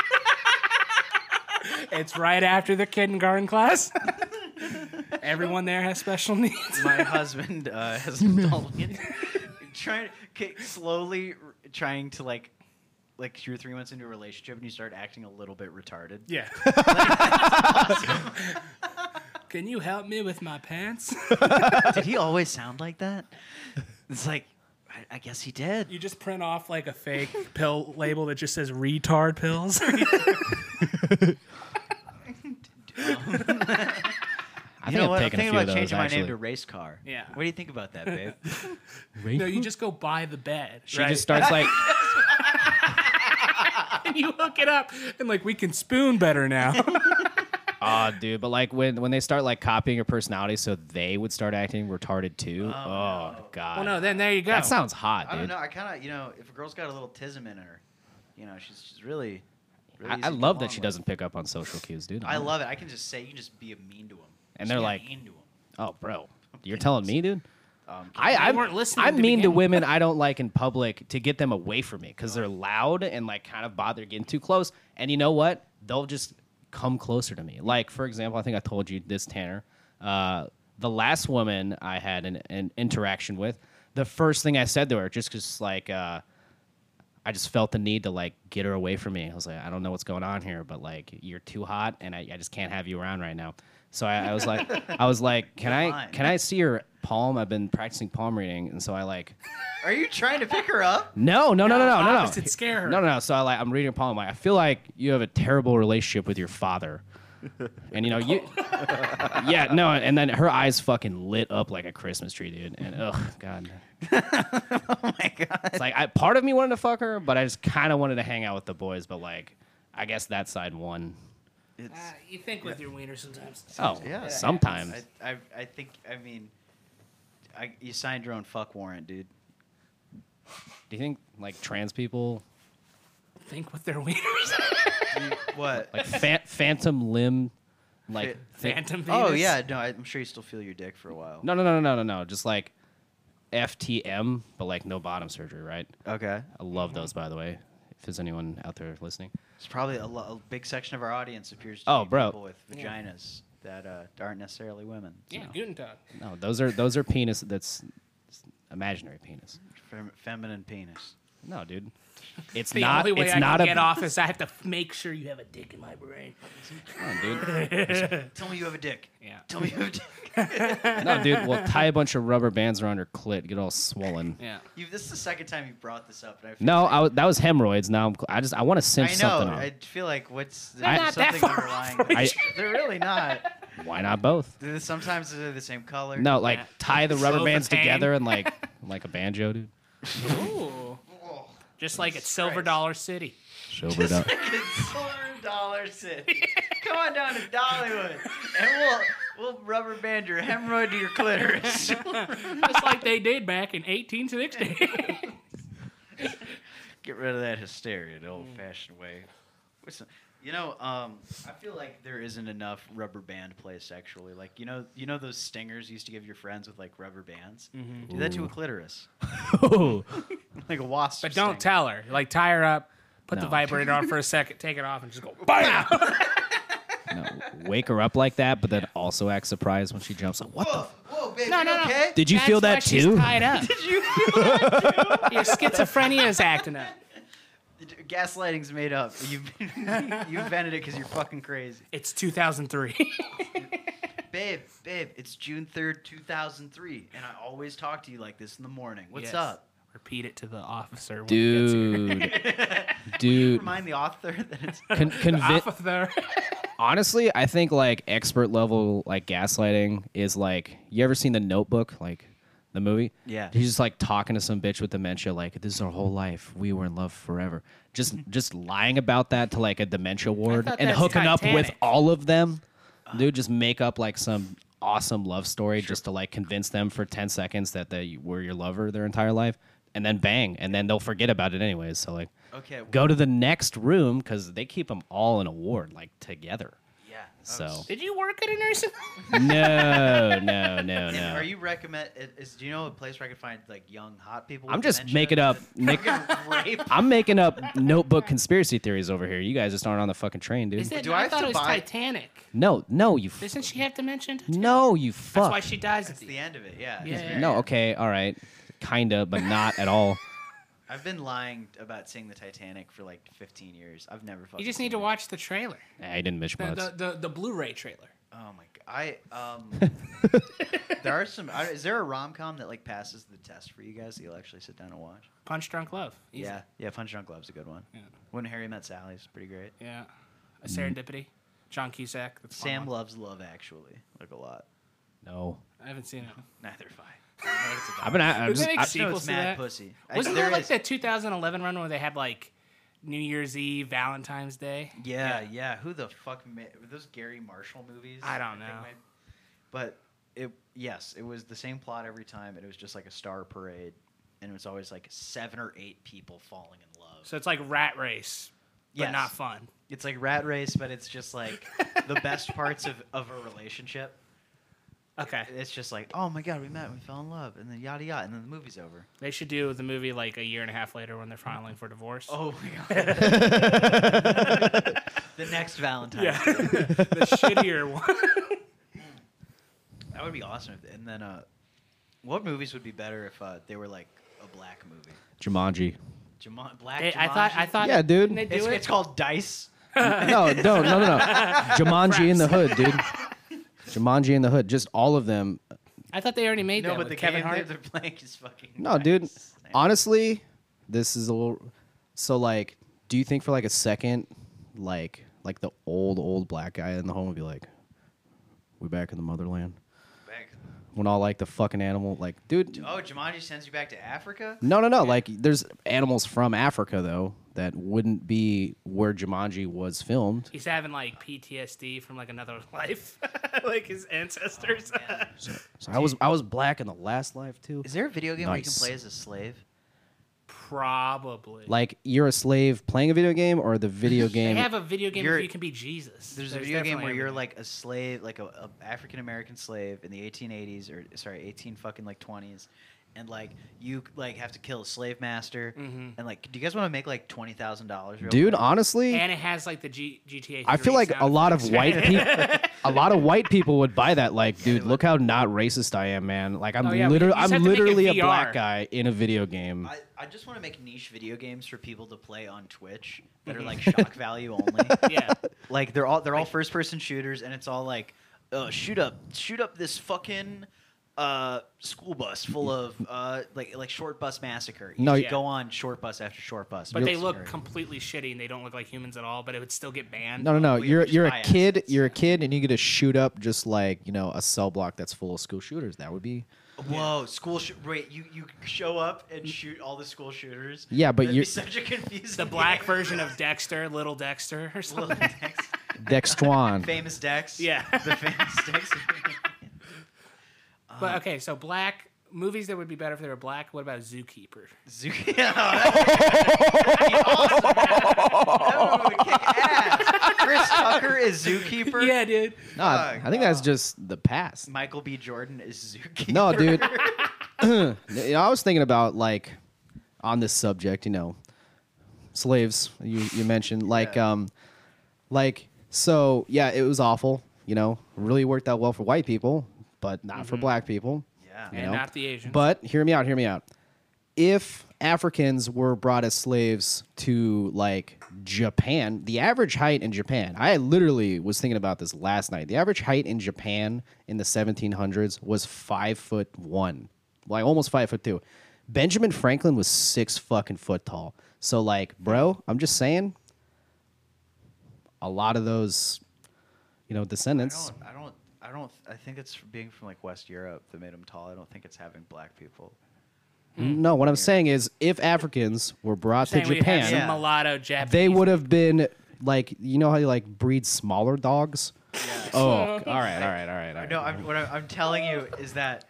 [SPEAKER 1] It's right after the kindergarten class. Everyone there has special needs.
[SPEAKER 2] My husband uh, has an adult in- trying okay, slowly r- trying to like like two or three months into a relationship and you start acting a little bit retarded.
[SPEAKER 1] Yeah. Can you help me with my pants?
[SPEAKER 2] Did he always sound like that? It's like I, I guess he did.
[SPEAKER 1] You just print off like a fake pill label that just says retard pills.
[SPEAKER 3] I
[SPEAKER 2] You
[SPEAKER 3] think
[SPEAKER 2] know what?
[SPEAKER 3] I've
[SPEAKER 2] I'm thinking
[SPEAKER 3] taken a few of
[SPEAKER 2] about
[SPEAKER 3] those
[SPEAKER 2] changing my name
[SPEAKER 3] actually.
[SPEAKER 2] to race car.
[SPEAKER 1] Yeah.
[SPEAKER 2] What do you think about that, babe?
[SPEAKER 1] no, you just go buy the bed.
[SPEAKER 3] She just starts like
[SPEAKER 1] and you hook it up and like we can spoon better now.
[SPEAKER 3] Ah, dude, but like when when they start like copying your personality, so they would start acting retarded too. Oh, god,
[SPEAKER 1] well, no, then there you go.
[SPEAKER 3] that sounds hot,
[SPEAKER 2] I
[SPEAKER 3] dude.
[SPEAKER 2] don't know. I kind of, you know, if a girl's got a little tism in her, you know, she's, she's really. really
[SPEAKER 3] I,
[SPEAKER 2] easy
[SPEAKER 3] I
[SPEAKER 2] to get
[SPEAKER 3] love that
[SPEAKER 2] along
[SPEAKER 3] she
[SPEAKER 2] with.
[SPEAKER 3] doesn't pick up on social cues, dude.
[SPEAKER 2] I love it. I can just say you can just be a mean to them.
[SPEAKER 3] And they're like-
[SPEAKER 2] mean to them.
[SPEAKER 3] Oh, bro, you're telling me, dude.
[SPEAKER 2] Um,
[SPEAKER 3] I I'm,
[SPEAKER 1] weren't listening
[SPEAKER 3] I'm
[SPEAKER 1] to
[SPEAKER 3] mean to
[SPEAKER 1] begin with.
[SPEAKER 3] women I don't like in public to get them away from me because they're loud and like kind of bother getting too close. And you know what? They'll just come closer to me. Like for example, I think I told you this, Tanner. Uh, the last woman I had an, an interaction with, the first thing I said to her, just because like uh, I just felt the need to like get her away from me. I was like, I don't know what's going on here, but like you're too hot, and I, I just can't have you around right now. So I, I was like, I was like, can I
[SPEAKER 2] Fine.
[SPEAKER 3] can I see your palm? I've been practicing palm reading, and so I like,
[SPEAKER 2] Are you trying to pick her up?
[SPEAKER 3] no, no, no, no, no, no, no,
[SPEAKER 1] Opposites scare her.
[SPEAKER 3] no, no, no. So I like, I'm reading your palm. Like, I feel like you have a terrible relationship with your father, and you know you, yeah, no. And then her eyes fucking lit up like a Christmas tree, dude. And oh god,
[SPEAKER 2] Oh my god.
[SPEAKER 3] it's like I, part of me wanted to fuck her, but I just kind of wanted to hang out with the boys. But like, I guess that side won.
[SPEAKER 2] It's,
[SPEAKER 1] Uh, you think with your wiener sometimes.
[SPEAKER 3] Oh,
[SPEAKER 2] yeah.
[SPEAKER 3] sometimes.
[SPEAKER 2] I, I, I think. I mean, I, you signed your own fuck warrant, dude.
[SPEAKER 3] Do you think like trans people,
[SPEAKER 1] Think with their wieners.
[SPEAKER 2] What?
[SPEAKER 3] like fa- phantom limb, like thi-
[SPEAKER 1] Phantom
[SPEAKER 2] oh
[SPEAKER 1] Venus.
[SPEAKER 2] yeah. No, I, I'm sure you still feel your dick for a while.
[SPEAKER 3] No, no, no, no, no, no, no. Just like FTM, but like no bottom surgery, right?
[SPEAKER 2] Okay.
[SPEAKER 3] I love
[SPEAKER 1] Mm-hmm.
[SPEAKER 3] those, by the way. If there's anyone out there listening,
[SPEAKER 2] It's probably a, lo- a big section of our audience appears to
[SPEAKER 3] Oh,
[SPEAKER 2] be
[SPEAKER 3] bro.
[SPEAKER 2] people with vaginas that uh, aren't necessarily women.
[SPEAKER 1] Yeah, Guten Tag.
[SPEAKER 3] no, those are those are penis. That's imaginary penis.
[SPEAKER 2] Fem- feminine penis.
[SPEAKER 3] No, dude. It's
[SPEAKER 1] The
[SPEAKER 3] not.
[SPEAKER 1] only way
[SPEAKER 3] it's
[SPEAKER 1] I
[SPEAKER 3] not
[SPEAKER 1] can
[SPEAKER 3] a
[SPEAKER 1] get off is I have to f- make sure you have a dick in my brain.
[SPEAKER 3] Come on, dude.
[SPEAKER 2] Tell me you have a dick.
[SPEAKER 1] Yeah.
[SPEAKER 2] Tell me you have a dick.
[SPEAKER 3] No, dude. Well, tie a bunch of rubber bands around her clit, get all swollen.
[SPEAKER 1] Yeah.
[SPEAKER 2] You, this is the second time you brought this up. And I feel
[SPEAKER 3] No,
[SPEAKER 2] like-
[SPEAKER 3] I, wa- that was hemorrhoids. Now I'm, cl- I just I want to
[SPEAKER 2] I
[SPEAKER 3] cinch
[SPEAKER 2] know.
[SPEAKER 3] something
[SPEAKER 2] I
[SPEAKER 3] on.
[SPEAKER 2] feel like what's there's
[SPEAKER 3] not
[SPEAKER 1] that
[SPEAKER 2] something
[SPEAKER 1] far
[SPEAKER 2] underlying.
[SPEAKER 1] off from
[SPEAKER 2] that-
[SPEAKER 3] each
[SPEAKER 2] they're really not.
[SPEAKER 3] Why not both?
[SPEAKER 2] They're- Sometimes they're the same color.
[SPEAKER 3] No, like
[SPEAKER 1] Yeah.
[SPEAKER 3] tie the rubber
[SPEAKER 1] Silver
[SPEAKER 3] bands
[SPEAKER 1] tang.
[SPEAKER 3] together and like like a banjo, dude.
[SPEAKER 1] Ooh. Just like at Silver
[SPEAKER 2] Christ.
[SPEAKER 1] Dollar City.
[SPEAKER 3] Silver
[SPEAKER 2] Just like a silver dollar city. Come on down to Dollywood, and we'll we'll rubber band your hemorrhoid to your clitoris.
[SPEAKER 1] Just like they did back in 1860.
[SPEAKER 2] get rid of that hysteria the
[SPEAKER 1] Mm.
[SPEAKER 2] old fashioned way. What's the- you know, um, I feel like there isn't enough rubber band play sexually. Like you know, you know those stingers you used to give your friends with like rubber bands.
[SPEAKER 1] Mm-hmm.
[SPEAKER 2] Do that to a clitoris, like a wasp.
[SPEAKER 1] but don't
[SPEAKER 2] sting.
[SPEAKER 1] tell her. Like, tie her up, put the
[SPEAKER 3] No.
[SPEAKER 1] vibrator on for a second, take it off, and just go, BAM!
[SPEAKER 3] no, wake her up like that, but then also act surprised when she jumps. Like, what? The f-?
[SPEAKER 2] Whoa, baby,
[SPEAKER 1] No, no, no.
[SPEAKER 2] okay?
[SPEAKER 3] Did you
[SPEAKER 1] That's
[SPEAKER 3] feel
[SPEAKER 1] why
[SPEAKER 3] that
[SPEAKER 1] she's
[SPEAKER 3] too?
[SPEAKER 1] tied up.
[SPEAKER 2] Did you?
[SPEAKER 1] Your schizophrenia is acting up.
[SPEAKER 2] Gaslighting's made up. You you invented it because you're fucking crazy,
[SPEAKER 1] It's 2003.
[SPEAKER 2] babe. Babe, it's June third, two thousand three, and I always talk to you like this in the morning. What's
[SPEAKER 1] Yes.
[SPEAKER 2] up?
[SPEAKER 1] Repeat it to the officer. When he gets here.
[SPEAKER 3] Dude, dude.
[SPEAKER 2] Remind the author that it's
[SPEAKER 3] Con- convi-
[SPEAKER 1] Officer.
[SPEAKER 3] honestly, I think like expert level like gaslighting is like you ever seen the Notebook? Like the movie.
[SPEAKER 2] Yeah.
[SPEAKER 3] He's just like talking to some bitch with dementia, like this is our whole life. We were in love forever. Just just lying about that to like a dementia ward
[SPEAKER 1] Mm-hmm. thought
[SPEAKER 3] and
[SPEAKER 1] that's
[SPEAKER 3] hooking up with
[SPEAKER 1] Titanic.
[SPEAKER 3] all of them. Dude, just make up like some awesome love story just to like convince them for ten seconds that they were your lover their entire life, and then bang, and then they'll forget about it anyways. So like,
[SPEAKER 2] Okay, well-
[SPEAKER 3] go to the next room because they keep them all in a ward like together.
[SPEAKER 2] Yeah.
[SPEAKER 3] So
[SPEAKER 1] Did you work at a nursing home?
[SPEAKER 3] no, no, no,
[SPEAKER 2] And
[SPEAKER 3] no.
[SPEAKER 2] Are you recommend? Is do you know a place where I could find like young hot people?
[SPEAKER 3] I'm
[SPEAKER 2] with
[SPEAKER 3] just
[SPEAKER 2] dementia
[SPEAKER 3] making up-
[SPEAKER 2] that
[SPEAKER 3] make-
[SPEAKER 2] fucking rape.
[SPEAKER 3] I'm making up notebook conspiracy theories over here. You guys just aren't on the fucking train, dude.
[SPEAKER 1] Is it,
[SPEAKER 2] Do I
[SPEAKER 1] I,
[SPEAKER 2] have
[SPEAKER 1] thought
[SPEAKER 2] to
[SPEAKER 1] it was
[SPEAKER 2] buy-
[SPEAKER 1] Titanic.
[SPEAKER 3] no, no, you. F-
[SPEAKER 1] Doesn't she have dementia? in Titanic?
[SPEAKER 3] no, you fuck.
[SPEAKER 1] That's why she dies at
[SPEAKER 2] It's
[SPEAKER 1] the,
[SPEAKER 2] the
[SPEAKER 1] end.
[SPEAKER 2] end of it. Yeah.
[SPEAKER 1] Yeah.
[SPEAKER 3] no, okay, all right, kinda, but not at all.
[SPEAKER 2] I've been lying about seeing the Titanic for like 15 years. I've never fucking.
[SPEAKER 1] You just
[SPEAKER 2] seen
[SPEAKER 1] need to
[SPEAKER 2] it.
[SPEAKER 1] watch the trailer,
[SPEAKER 3] I didn't miss
[SPEAKER 1] the
[SPEAKER 3] much.
[SPEAKER 1] the, the, the Blu-ray trailer.
[SPEAKER 2] Oh my god. I um. there are some. I- Is there a rom com that like passes the test for you guys that you'll actually sit down and watch?
[SPEAKER 1] Punch Drunk Love. Easy.
[SPEAKER 2] Yeah. Yeah. Punch Drunk Love's a good one.
[SPEAKER 1] Yeah.
[SPEAKER 2] When Harry Met Sally is pretty great.
[SPEAKER 1] Yeah. A serendipity. John Cusack. That's a fun
[SPEAKER 2] Sam
[SPEAKER 1] one.
[SPEAKER 2] loves Love Actually, like a lot.
[SPEAKER 3] No,
[SPEAKER 1] I haven't seen it.
[SPEAKER 2] Neither have I. I know it's about-
[SPEAKER 3] I've been. I, I'm
[SPEAKER 1] Does
[SPEAKER 3] just,
[SPEAKER 1] that make
[SPEAKER 3] I-
[SPEAKER 1] sense?
[SPEAKER 2] I know
[SPEAKER 1] sequels
[SPEAKER 2] it's
[SPEAKER 1] to
[SPEAKER 2] mad
[SPEAKER 1] that?
[SPEAKER 2] pussy. I-
[SPEAKER 1] Wasn't there, like
[SPEAKER 2] is-
[SPEAKER 1] that 2011 run where they had like New Year's Eve, Valentine's Day?
[SPEAKER 2] Yeah, yeah. Who the fuck made those Gary Marshall movies?
[SPEAKER 1] I don't
[SPEAKER 2] think
[SPEAKER 1] know.
[SPEAKER 2] might- But it yes, it was the same plot every time. and It was just like a star parade, and it was always like seven or eight people falling in love.
[SPEAKER 1] So it's like Rat Race, but
[SPEAKER 2] Yes.
[SPEAKER 1] not fun.
[SPEAKER 2] It's like Rat Race, but it's just like the best parts of of a relationship.
[SPEAKER 1] Okay.
[SPEAKER 2] It's just like, oh my god, we met, we fell in love, and then yada yada, and then the movie's over.
[SPEAKER 1] They should do the movie like a year and a half later when they're filing for divorce.
[SPEAKER 2] Oh my god. the next Valentine's.
[SPEAKER 1] yeah.
[SPEAKER 2] Day.
[SPEAKER 1] the shittier one.
[SPEAKER 2] That would be awesome. If, and then, uh, what movies would be better if uh, they were like a black movie?
[SPEAKER 3] Jumanji.
[SPEAKER 2] Juman- black.
[SPEAKER 1] They- Eh, I thought. I
[SPEAKER 2] Jumanji?
[SPEAKER 1] thought.
[SPEAKER 3] Yeah, dude.
[SPEAKER 1] didn't They
[SPEAKER 2] It's,
[SPEAKER 1] do
[SPEAKER 2] it's
[SPEAKER 1] it?
[SPEAKER 2] called Dice.
[SPEAKER 3] no, no, no, no, no. Jumanji in the hood, dude. Jumanji in the hood. Just all of them.
[SPEAKER 1] I thought they already made
[SPEAKER 2] No,
[SPEAKER 1] that
[SPEAKER 2] but
[SPEAKER 1] with
[SPEAKER 2] the
[SPEAKER 1] Kevin
[SPEAKER 2] game
[SPEAKER 1] Hart.
[SPEAKER 2] that they're playing is fucking.
[SPEAKER 3] No, dude.
[SPEAKER 2] Dice.
[SPEAKER 3] Honestly, this is a little. So like, do you think for like a second, like like the old old black guy in the home would be like, "We back in the motherland."
[SPEAKER 2] Back-
[SPEAKER 3] When all like the fucking animal, like, dude.
[SPEAKER 2] Oh, Jumanji sends you back to Africa.
[SPEAKER 3] No, no, no. Like, there's animals from Africa though that wouldn't be where Jumanji was filmed.
[SPEAKER 1] He's having like PTSD from like another life, like his ancestors.
[SPEAKER 2] Oh,
[SPEAKER 3] So I was I was black in the last life too.
[SPEAKER 2] Is there a video game where you can
[SPEAKER 3] Nice.
[SPEAKER 2] play as a slave?
[SPEAKER 1] Probably.
[SPEAKER 3] Like you're a slave playing a video game or the video
[SPEAKER 1] they
[SPEAKER 3] game.
[SPEAKER 1] have a video game
[SPEAKER 2] You're-
[SPEAKER 1] where you can be Jesus.
[SPEAKER 2] There's, a video game
[SPEAKER 1] definitely
[SPEAKER 2] where
[SPEAKER 1] a
[SPEAKER 2] you're
[SPEAKER 1] video-
[SPEAKER 2] like a slave, like a, a African American slave in the 1880s or sorry, 18 fucking like 20s, and like you like have to kill a slave master,
[SPEAKER 1] Mm-hmm.
[SPEAKER 2] and like, do you guys want to make like twenty thousand dollars?
[SPEAKER 3] Dude, honestly,
[SPEAKER 1] and it has like the G- GTA.
[SPEAKER 3] I
[SPEAKER 1] 3
[SPEAKER 3] feel like
[SPEAKER 1] sound
[SPEAKER 3] a lot of
[SPEAKER 1] effects, right?
[SPEAKER 3] white people, a lot of white people would buy that. Like, dude, look how not racist I am, man. Like, I'm
[SPEAKER 1] Oh, yeah, we- you
[SPEAKER 3] literally,
[SPEAKER 1] just
[SPEAKER 3] I'm
[SPEAKER 1] have to make it
[SPEAKER 3] literally a
[SPEAKER 1] VR.
[SPEAKER 3] black guy in a video game.
[SPEAKER 2] I, I just want to make niche video games for people to play on Twitch that are like shock value only.
[SPEAKER 1] Mm-hmm. yeah.
[SPEAKER 2] Like they're all they're all first person shooters, and it's all like, uh, shoot up, shoot up this fucking uh, school bus full of uh, like like short bus massacre. You
[SPEAKER 3] No,
[SPEAKER 2] just
[SPEAKER 3] you-
[SPEAKER 2] go on short bus after short bus.
[SPEAKER 1] But they
[SPEAKER 2] massacre.
[SPEAKER 1] look completely shitty and they don't look like humans at all. But it would still get banned.
[SPEAKER 3] no, no, no.
[SPEAKER 2] we
[SPEAKER 3] You're
[SPEAKER 2] just
[SPEAKER 3] you're
[SPEAKER 2] buy
[SPEAKER 3] a
[SPEAKER 2] it.
[SPEAKER 3] kid. You're a kid, and you get to shoot up just like you know a cell block that's full of school shooters. That would be.
[SPEAKER 2] Whoa, school shoot! Wait, you you show up and shoot all the school shooters?
[SPEAKER 3] Yeah, but
[SPEAKER 2] That'd
[SPEAKER 3] you're-
[SPEAKER 2] be such a confusing.
[SPEAKER 1] The black
[SPEAKER 2] game.
[SPEAKER 1] version of Dexter, Little Dexter, or
[SPEAKER 2] Little
[SPEAKER 1] something.
[SPEAKER 2] Dex,
[SPEAKER 3] Dextron.
[SPEAKER 2] famous Dex.
[SPEAKER 1] Yeah.
[SPEAKER 2] the famous Dex.
[SPEAKER 1] but okay, so black movies that would be better if they were black. What about Zookeeper?
[SPEAKER 2] Zoo- Yeah, that'd be awesome. That would kick ass. Chris Tucker is zookeeper.
[SPEAKER 1] Yeah, dude.
[SPEAKER 3] No, I,
[SPEAKER 2] Fuck.
[SPEAKER 3] I think that's just the past.
[SPEAKER 2] Michael B. Jordan is zookeeper.
[SPEAKER 3] No, dude. You know, I was thinking about like on this subject, you know, slaves. You you mentioned like
[SPEAKER 2] Yeah.
[SPEAKER 3] um, like so yeah, it was awful. You know, really worked out well for white people, but not for black
[SPEAKER 2] Yeah.
[SPEAKER 3] people. you
[SPEAKER 1] Mm-hmm. And
[SPEAKER 3] know?
[SPEAKER 1] not the Asians.
[SPEAKER 3] But hear me out. Hear me out. If Africans were brought as slaves to like Japan, the average height in Japan, I literally was thinking about this last night. The average height in Japan in the 1700s was five foot one, like almost five foot two. Benjamin Franklin was six fucking foot tall. So, like, bro, I'm just saying, a lot of those, you know,
[SPEAKER 2] I
[SPEAKER 3] descendants.
[SPEAKER 2] don't. I don't. I don't. I think it's being from like West Europe that made them tall. I don't think it's having black people.
[SPEAKER 3] No, what I'm saying is, if Africans were brought to
[SPEAKER 1] Saying we had
[SPEAKER 3] Japan,
[SPEAKER 1] some
[SPEAKER 2] Yeah.
[SPEAKER 1] mulatto Japanese.
[SPEAKER 3] they would have been like, you know how you like breed smaller dogs. Oh, all right, all right, all right, all right.
[SPEAKER 2] No, I'm, what I'm, I'm telling you is that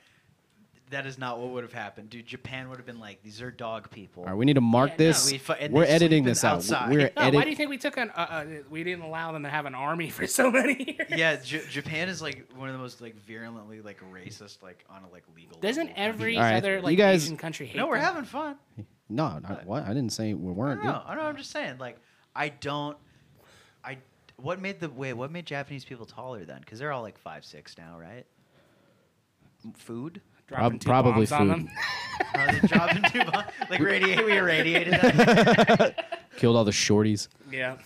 [SPEAKER 2] that is not what would have happened, dude. Japan would have been like, these are dog people.
[SPEAKER 3] All right, we need to mark
[SPEAKER 1] Yeah, no,
[SPEAKER 3] this.
[SPEAKER 2] we fu- and
[SPEAKER 3] we are
[SPEAKER 2] they sleep
[SPEAKER 3] editing
[SPEAKER 2] in-
[SPEAKER 3] this out.
[SPEAKER 2] outside.
[SPEAKER 3] We're
[SPEAKER 1] No,
[SPEAKER 3] edit-
[SPEAKER 1] why do you think we took an? Uh, uh, we didn't allow them to have an army for so many years.
[SPEAKER 2] yeah, J- Japan is like one of the most like virulently like racist like on a like legal.
[SPEAKER 1] Doesn't
[SPEAKER 2] level.
[SPEAKER 1] every
[SPEAKER 3] All right,
[SPEAKER 1] other
[SPEAKER 3] you
[SPEAKER 1] like
[SPEAKER 3] guys-
[SPEAKER 1] Asian country hate?
[SPEAKER 2] No, we're
[SPEAKER 1] them?
[SPEAKER 2] having fun.
[SPEAKER 3] No, not, what? I didn't say we
[SPEAKER 2] No,
[SPEAKER 3] weren't. dude.
[SPEAKER 2] no, I know. I'm just saying. Like, I don't. I what made the wait? What made Japanese people taller then? Because they're all like five six now, right? M- Food.
[SPEAKER 1] Dropping
[SPEAKER 3] Prob-
[SPEAKER 1] two
[SPEAKER 3] probably
[SPEAKER 1] bombs on
[SPEAKER 3] food.
[SPEAKER 1] them.
[SPEAKER 2] Uh, the job in two mon- like radiate. We irradiated. That.
[SPEAKER 3] Killed all the shorties.
[SPEAKER 1] yeah,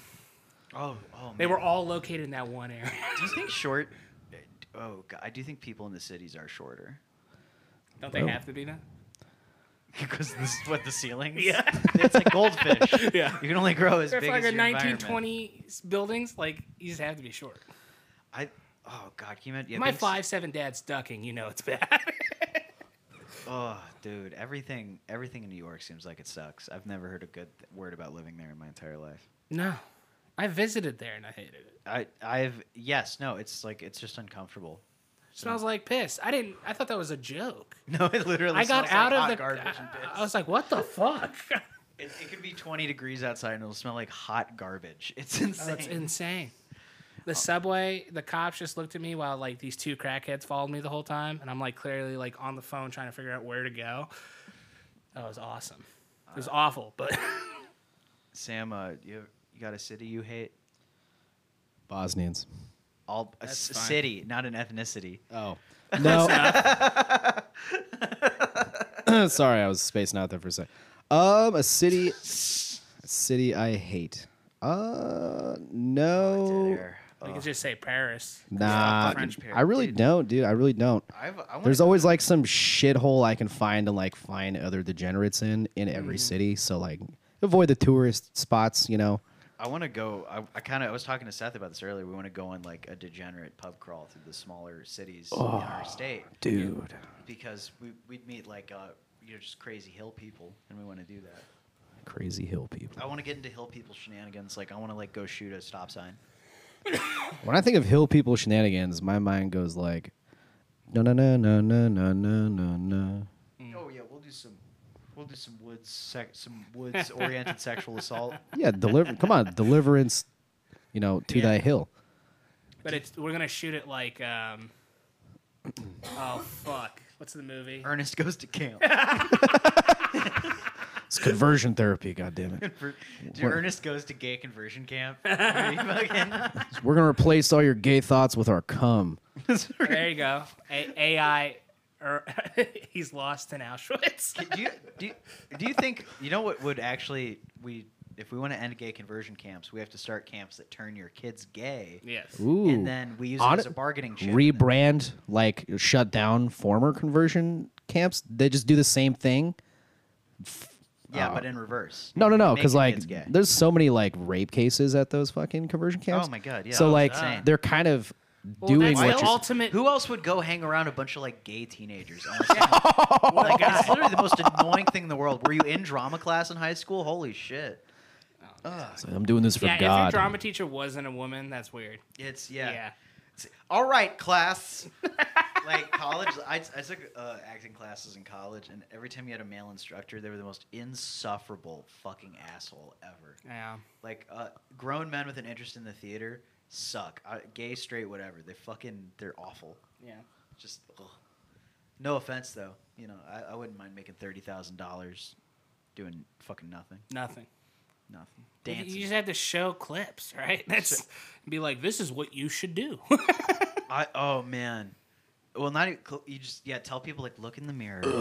[SPEAKER 2] Oh, oh.
[SPEAKER 1] they
[SPEAKER 2] man.
[SPEAKER 1] were all located in that one area.
[SPEAKER 2] Do you think short? Oh, God, I do think people in the cities are shorter
[SPEAKER 1] Don't they
[SPEAKER 3] Oh.
[SPEAKER 1] have to be now?
[SPEAKER 2] because this is what the ceilings.
[SPEAKER 1] Yeah.
[SPEAKER 2] it's like goldfish.
[SPEAKER 1] Yeah.
[SPEAKER 2] you can only grow as
[SPEAKER 1] They're
[SPEAKER 2] big
[SPEAKER 1] like
[SPEAKER 2] as
[SPEAKER 1] a
[SPEAKER 2] your 1920.
[SPEAKER 1] 1920 buildings. Like you just have to be short.
[SPEAKER 2] I. Oh God, can you imagine? yeah,
[SPEAKER 1] My
[SPEAKER 2] being s-
[SPEAKER 1] five seven dad's ducking. You know it's bad.
[SPEAKER 2] Oh, dude, everything, everything in New York seems like it sucks. I've never heard a good th- word about living there in my entire life.
[SPEAKER 1] no, I visited there and I hated it.
[SPEAKER 2] I, I've yes, no, it's like it's just uncomfortable.
[SPEAKER 1] Smells like piss. I didn't. I thought that was a joke.
[SPEAKER 2] No, it literally.
[SPEAKER 1] I got out
[SPEAKER 2] smells
[SPEAKER 1] of
[SPEAKER 2] like hot
[SPEAKER 1] the. uh,
[SPEAKER 2] garbage and
[SPEAKER 1] I-
[SPEAKER 2] piss.
[SPEAKER 1] I was like, what the fuck?
[SPEAKER 2] It, it could be 20 degrees outside and it'll smell like hot garbage.
[SPEAKER 1] Oh,
[SPEAKER 2] It's insane.
[SPEAKER 1] That's insane. The subway, the cops just looked at me while like these two crackheads followed me the whole time, and I'm like clearly like on the phone trying to figure out where to go. That was awesome. It was awful, but
[SPEAKER 2] Sam, uh, you you got a city you hate?
[SPEAKER 3] Bosnians.
[SPEAKER 2] All a
[SPEAKER 1] That's
[SPEAKER 2] s-
[SPEAKER 1] fine.
[SPEAKER 2] city, not an ethnicity.
[SPEAKER 3] Oh. No. Sorry, I was spacing out there for a sec. Um, a city, a city I hate. Uh, no.
[SPEAKER 2] There.
[SPEAKER 1] we could just say Paris.
[SPEAKER 3] Nah,
[SPEAKER 2] French
[SPEAKER 3] I really
[SPEAKER 2] dude.
[SPEAKER 3] don't, dude. I really don't.
[SPEAKER 2] I've, I wanna
[SPEAKER 3] There's
[SPEAKER 2] go-
[SPEAKER 3] always like some shithole I can find and like find other degenerates in in every city. So like, avoid the tourist spots. You know.
[SPEAKER 2] I want to go. I, I kind of I was talking to Seth about this earlier. We want to go on like a degenerate pub crawl through the smaller cities in our state,
[SPEAKER 3] Dude.
[SPEAKER 2] because we we'd meet like uh, you know just crazy hill people, and we want to do that.
[SPEAKER 3] Crazy hill people.
[SPEAKER 2] I want to get into hill people shenanigans. Like I want to like go shoot a stop sign.
[SPEAKER 3] When I think of hill people shenanigans, my mind goes like, no no no no no no no no no.
[SPEAKER 2] Oh yeah, we'll do some. We'll do some woods, sec- some woods-oriented sexual assault.
[SPEAKER 3] Yeah, deliver. come on, deliverance. You know, to
[SPEAKER 1] Yeah.
[SPEAKER 3] thy hill.
[SPEAKER 1] But it's we're gonna shoot it like um. Oh fuck! What's the movie?
[SPEAKER 2] Ernest goes to camp.
[SPEAKER 3] It's conversion therapy. God damn it.
[SPEAKER 2] For- Dude,
[SPEAKER 3] What?
[SPEAKER 2] Ernest goes to gay conversion camp. Are you fucking-
[SPEAKER 3] We're gonna replace all your gay thoughts with our cum.
[SPEAKER 1] There you go. A- AI. Er, he's lost in Auschwitz.
[SPEAKER 2] do you do you, do you think you know what would actually we if we want to end gay conversion camps we have to start camps that turn your kids gay
[SPEAKER 1] yes.
[SPEAKER 3] Ooh.
[SPEAKER 2] and then we use
[SPEAKER 3] Hon-
[SPEAKER 2] it as a bargaining chip.
[SPEAKER 3] rebrand like shut down former conversion camps they just do the same thing
[SPEAKER 2] yeah, but in reverse.
[SPEAKER 3] Uh, no no no
[SPEAKER 2] Make
[SPEAKER 3] because
[SPEAKER 2] your
[SPEAKER 3] like
[SPEAKER 2] kids gay.
[SPEAKER 3] there's so many like rape cases at those fucking conversion camps
[SPEAKER 2] my God, yeah.
[SPEAKER 3] so
[SPEAKER 2] Oh,
[SPEAKER 3] like
[SPEAKER 2] insane.
[SPEAKER 3] they're kind of
[SPEAKER 1] Well,
[SPEAKER 3] doing
[SPEAKER 1] that's
[SPEAKER 3] what
[SPEAKER 1] the
[SPEAKER 3] you're
[SPEAKER 1] ultimate.
[SPEAKER 2] who else would go hang around a bunch of like gay teenagers? honestly? like, it's literally the most annoying thing in the world. Were you in drama class in high school? Holy shit!
[SPEAKER 3] it's like, i'm doing this for
[SPEAKER 1] yeah,
[SPEAKER 3] god
[SPEAKER 1] if your drama teacher wasn't a woman, that's weird.
[SPEAKER 2] It's
[SPEAKER 1] Yeah.
[SPEAKER 2] yeah. It's- All right, class. like college, I, I took uh, acting classes in college, and every time you had a male instructor, they were the most insufferable fucking asshole ever.
[SPEAKER 1] Yeah.
[SPEAKER 2] Like uh, grown men with an interest in the theater suck. Uh, gay, straight, whatever. They fucking they're awful.
[SPEAKER 1] Yeah.
[SPEAKER 2] Just ugh. no offense though. You know, I, I wouldn't mind making thirty thousand dollars doing fucking nothing,
[SPEAKER 1] Nothing.
[SPEAKER 2] nothing.
[SPEAKER 1] You-
[SPEAKER 2] Dancing.
[SPEAKER 1] You just have to show clips, right? That's be like, this is what you should do.
[SPEAKER 2] I oh man. Well, not even, cl- you just yeah tell people like look in the mirror. And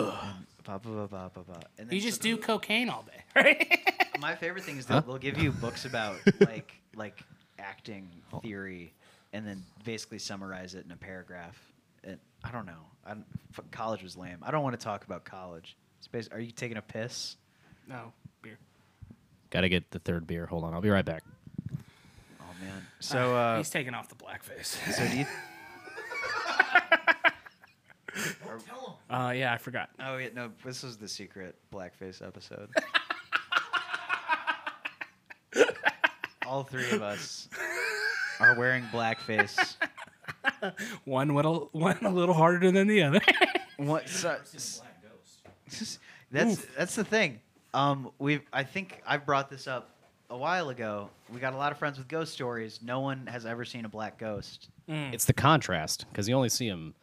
[SPEAKER 2] blah, blah, blah, blah, blah, blah. And then
[SPEAKER 1] you just
[SPEAKER 2] so-
[SPEAKER 1] do cocaine all day, right?
[SPEAKER 2] My favorite thing is that they'll give you books about like like acting theory, and then basically summarize it in a paragraph. And I don't know. I don't, f- college was lame. I don't want to talk about college. It's basi- are you taking a piss?
[SPEAKER 1] no beer.
[SPEAKER 3] gotta get the third beer hold on i'll be right back
[SPEAKER 2] Oh man. So uh,
[SPEAKER 1] He's taking off the blackface.
[SPEAKER 2] so do you or
[SPEAKER 1] Uh, yeah, I forgot.
[SPEAKER 2] oh yeah, no, this was the secret blackface episode. All three of us are wearing blackface.
[SPEAKER 1] One little, one a little harder than the other.
[SPEAKER 2] What? So, that's that's the thing. Um, we've I think I've brought this up a while ago. We got a lot of friends with ghost stories. No one has ever seen a black ghost.
[SPEAKER 1] Mm.
[SPEAKER 3] It's the contrast because you only see them.